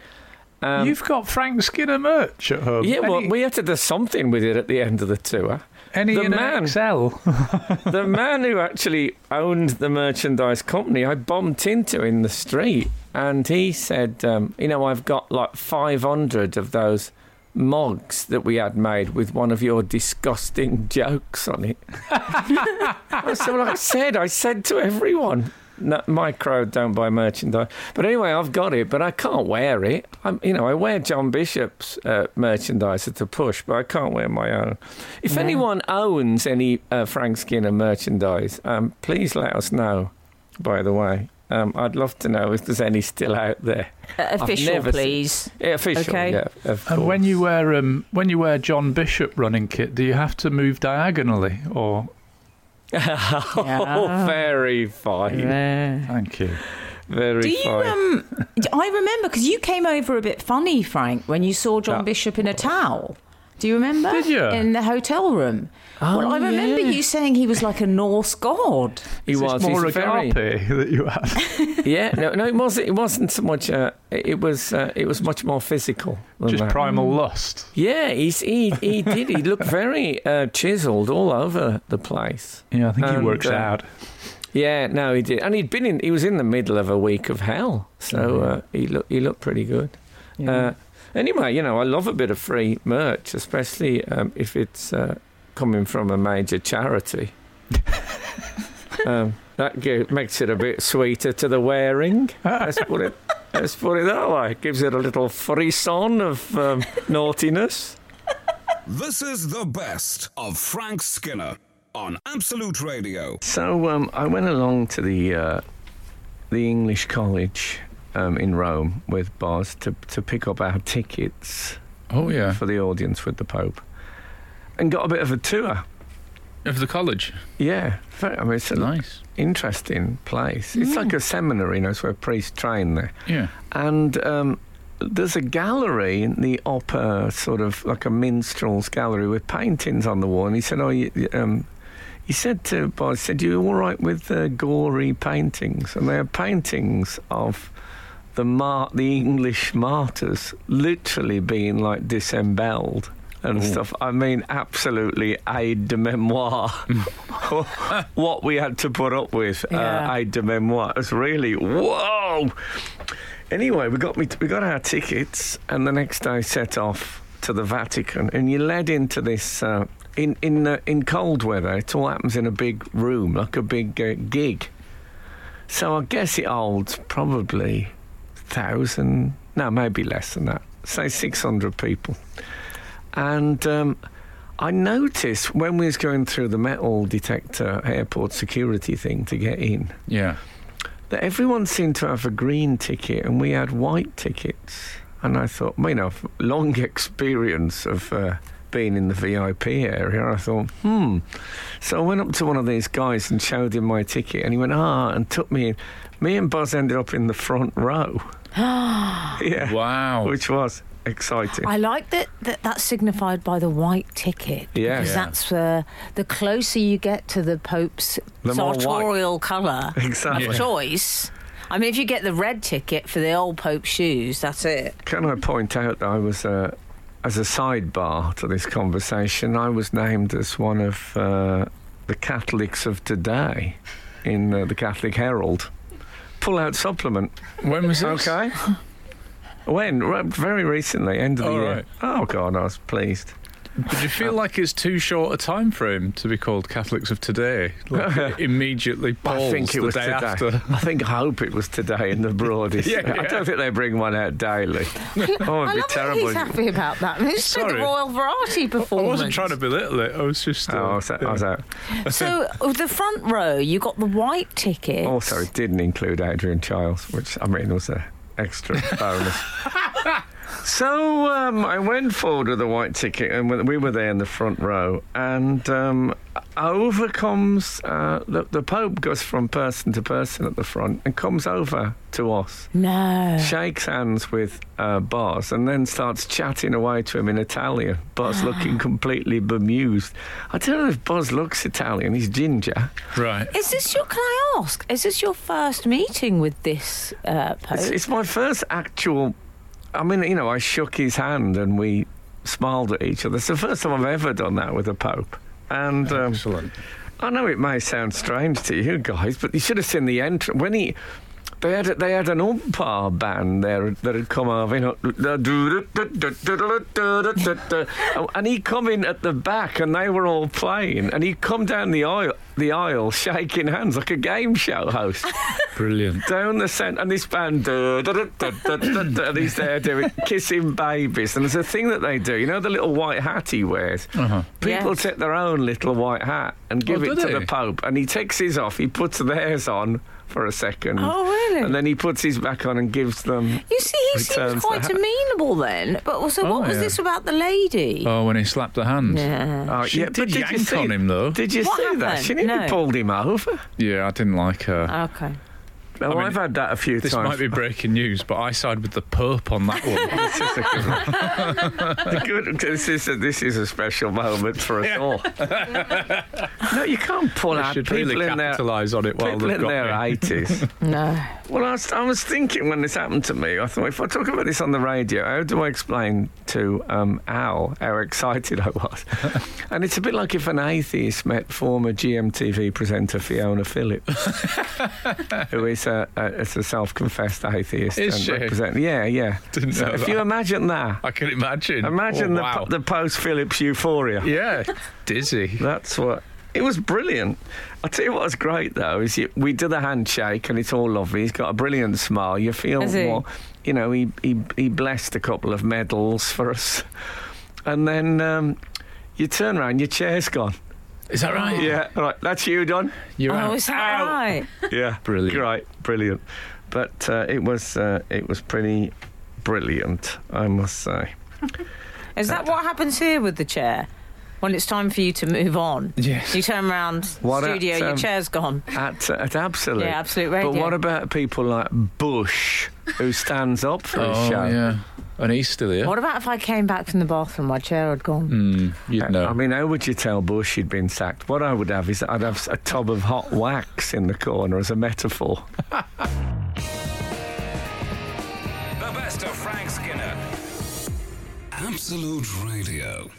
S3: Um,
S4: You've got Frank Skinner merch at home.
S3: yeah, well,
S4: Any-
S3: we had to do something with it at the end of the tour.
S4: Any
S3: the
S4: in an
S3: the man who actually owned the merchandise company, I bumped into in the street, and he said, um, "You know, I've got like 500 of those mugs that we had made with one of your disgusting <laughs> jokes on it." I said, "Well, I said, I said to everyone." No, my crowd don't buy merchandise, but anyway, I've got it, but I can't wear it. I'm, you know, I wear John Bishop's uh, merchandise at a push, but I can't wear my own. If anyone owns any uh, Frank Skinner merchandise, um, please let us know. By the way, um, I'd love to know if there's any still out there.
S5: Uh,
S3: I've
S5: official,
S3: never seen- <laughs>
S5: please.
S3: Yeah, official.
S5: Okay.
S3: Yeah, of
S4: And
S3: course.
S4: when you wear um, when you wear John Bishop running kit, do you have to move diagonally or?
S3: oh, very fine.
S4: Thank you.
S3: Very
S5: Do you
S3: fine.
S5: um? d- I remember because you came over a bit funny, Frank, when you saw John
S3: Yeah.
S5: Bishop in a towel. Do you remember?
S3: Did you?
S5: in the hotel room?
S3: Oh,
S5: well, I remember
S3: yeah.
S5: you saying he was like a Norse god.
S3: He
S4: Is this
S3: was
S4: more
S3: he's
S4: a
S3: very,
S4: garpy that
S3: <laughs>
S4: you have.
S3: yeah, no, no, it wasn't. It wasn't so much. Uh, it it was. Uh, it was much more physical. than
S4: Just
S3: that.
S4: primal lust.
S3: Yeah, he's, he he did. He looked very uh, chiselled all over the place.
S4: Yeah, I think he
S3: And,
S4: works
S3: uh,
S4: out.
S3: Yeah, no, he did, and he'd been in. He was in the middle of a week of hell, so uh, he looked he looked pretty good. Uh, anyway, you know, I love a bit of free merch, especially um, if it's uh, coming from a major charity. um, that gi- makes it a bit sweeter to the wearing. Let's put it. Let's put it that way. Gives it a little frisson of um, naughtiness.
S1: This is the best of Frank Skinner on Absolute Radio.
S13: So um, I went along to the uh, the English College um, in Rome with Boz to to pick up our tickets.
S14: Oh, yeah.
S13: for the audience with the Pope, and got a bit of a tour.
S14: Of the college.
S13: Yeah, very- I mean it's a
S14: Nice. Mm.
S13: interesting place. It's like a seminary, you know, it's where priests train there.
S14: Yeah.
S13: And um, there's a gallery in the upper sort of like a minstrel's gallery with paintings on the wall. And he said, "Oh, you, you, um, he said to Bob, he said, you all right with uh, gory paintings?" And they are paintings of the mar- the English martyrs, literally being like disemboweled. And stuff. I mean, absolutely aide de memoire. what we had to put up with,
S5: Yeah.
S13: uh, aide de memoire. It was really whoa. Anyway, we got we, we got our tickets, and the next day set off to the Vatican. And you're led into this uh, in in uh, in cold weather. It all happens in a big room, like a big uh, gig. So I guess it holds probably thousand, no, maybe less than that. Say six hundred people, and. Um, I noticed when we was going through the metal detector airport security thing to get in,
S14: Yeah.
S13: that everyone seemed to have a green ticket and we had white tickets. And I thought, well, you know, f-
S3: <laughs>
S13: long experience of uh, being in the VIP area. I thought, hmm. So I went up to one of these guys and showed him my ticket, and he went, ah, and took me in. Me and Buzz ended up in the front row. yeah.
S14: Wow.
S13: Which was exciting.
S15: I like that, that that's signified by the white ticket.
S13: Yeah.
S15: Because
S13: Yeah.
S15: that's uh, the closer you get to the Pope's
S13: The more white.
S15: sartorial colour
S13: Exactly.
S15: of choice. I mean, if you get the red ticket for the old Pope's shoes, that's it.
S13: Can I point out that I was, uh, as a sidebar to this conversation, I was named as one of uh, the Catholics of today in uh, the Catholic Herald. Pull out supplement.
S4: <laughs>
S14: When was this?
S13: Okay.
S3: When? Right, Very recently, end of the
S4: All
S3: year.
S4: right.
S3: Oh, God, I was pleased.
S4: But do you feel like it's too short a time frame to be called Catholics of today?
S3: <laughs>
S4: Like it immediately
S3: I
S4: polls
S3: think it
S4: the
S3: was
S4: day
S3: today.
S4: after.
S3: I think I hope it was today in the broadest.
S4: <laughs> Yeah,
S3: I
S4: yeah.
S3: don't think they bring one out
S4: <laughs>
S3: daily. oh, it'd
S5: I
S3: be
S5: love that
S3: terrible.
S5: he's happy about that. It's been a
S3: Sorry.
S5: royal variety
S4: I
S5: performance.
S4: wasn't trying to belittle it. I was just. Uh,
S3: Oh, I was out. I was out.
S5: So of the front row, you got the white ticket.
S13: Oh,
S3: Also, it didn't include Adrian Childs, which I mean was a extra bonus. So um, I went forward with the white ticket, and we- we were there in the front row. And um, over comes uh, the, the Pope goes from person to person at the front and comes over to us,
S5: No.
S3: shakes hands with uh, Bars, and then starts chatting away to him in Italian. Bars looking completely bemused. I don't know if Bars looks Italian. He's ginger.
S4: Right.
S5: Is this your? Can I ask? Is this your first meeting with this uh, pope?
S3: It's, it's my first actual. I mean, you know, I shook his hand and we smiled at each other. It's the first time I've ever done that with a pope. And um,
S4: Excellent.
S3: I know it may sound strange to you guys, but you should have seen the entrance when he. They had they had an umpire band there that had come over, you know, and he come in at the back, and they were all playing, and he come down the aisle the aisle shaking hands like a game show host
S4: <laughs> Brilliant.
S3: down the centre, and this band, <laughs> duh, duh, duh, duh, duh, duh, duh, and he's there doing kissing babies. And there's a thing that they do, you know, the little white hat he wears.
S4: Uh-huh. Oh,
S3: People
S5: Yes.
S3: take their own little white hat and give
S4: do
S3: it to
S4: they?
S3: the Pope, and he takes his off, he puts theirs on for a second.
S5: Oh, really?
S3: And then he puts his back on and gives them.
S5: you see, he seems
S3: Returns
S5: quite
S3: that.
S5: amenable then. But also,
S4: Oh,
S5: what was
S4: yeah.
S5: this about the lady?
S4: Oh, when he slapped the hand.
S5: Yeah.
S3: Oh,
S4: She
S3: yeah, but
S4: did
S3: you
S4: yank
S3: see-
S4: on him though.
S3: Did you
S5: What
S3: see that?
S5: happened?
S3: She nearly
S5: No.
S3: pulled him over.
S4: Yeah, I didn't like her.
S3: Uh,
S5: Okay.
S3: Now,
S4: I mean,
S3: I've had that a few
S4: this
S3: times.
S4: might be breaking news, but I side with the Pope
S3: <laughs>
S4: on that one.
S3: This is a good one. The good- <laughs> this, is a, this is a special moment for us
S4: <laughs>
S3: all. no, you can't pull
S4: I
S3: out
S4: should
S3: people
S4: really
S3: in their
S4: capitalise on it while
S3: people
S4: they've
S3: in
S4: got
S3: their
S4: me.
S3: eighties.
S5: No.
S3: well, I was, I was thinking when this happened to me, I thought if I talk about this on the radio, how do I explain to um, Al how excited I
S4: <laughs>
S3: was? and it's a bit like if an atheist met former GMTV presenter Fiona
S4: <laughs>
S3: Phillips, who is a, a, is a self-confessed atheist.
S4: Is
S3: and
S4: she?
S3: represent- Yeah, yeah.
S4: <laughs> Didn't
S3: So
S4: know
S3: if
S4: that.
S3: you imagine that.
S4: I can imagine.
S3: Imagine
S4: Oh,
S3: the,
S4: wow.
S3: the post Phillips euphoria. <laughs>
S4: yeah, dizzy.
S3: That's what. It was brilliant. I'll tell you what was great though is you, we do the handshake and it's all lovely. He's got a brilliant smile. You feel
S5: Has he?
S3: more. You know, he, he he blessed a couple of medals for us, and then um, you turn around, your chair's gone.
S4: Is that right?
S3: Yeah, right. That's you done.
S4: You're
S5: Oh,
S4: out.
S5: is that
S3: Ow.
S5: right?
S3: Yeah,
S4: Brilliant.
S3: Great, brilliant. But uh, it was uh, it was pretty brilliant, I must say.
S5: Is that what happens here with the chair? When it's time for you to move on,
S4: Yes.
S5: you turn around
S3: What
S5: studio,
S3: at,
S5: your
S3: um,
S5: chair's gone.
S3: At, at Absolute.
S5: Yeah, Absolute
S3: But
S5: Radio.
S3: what about people like Bush, who stands up for his
S4: Oh,
S3: show?
S4: yeah. And he's still here.
S5: What about if I came back from the bathroom, my chair had gone?
S4: Mm, you'd know.
S3: I mean, how would you tell Bush he'd been sacked? What I would have is I'd have a tub of hot wax in the corner as a metaphor.
S1: The best of Frank Skinner. Absolute Radio.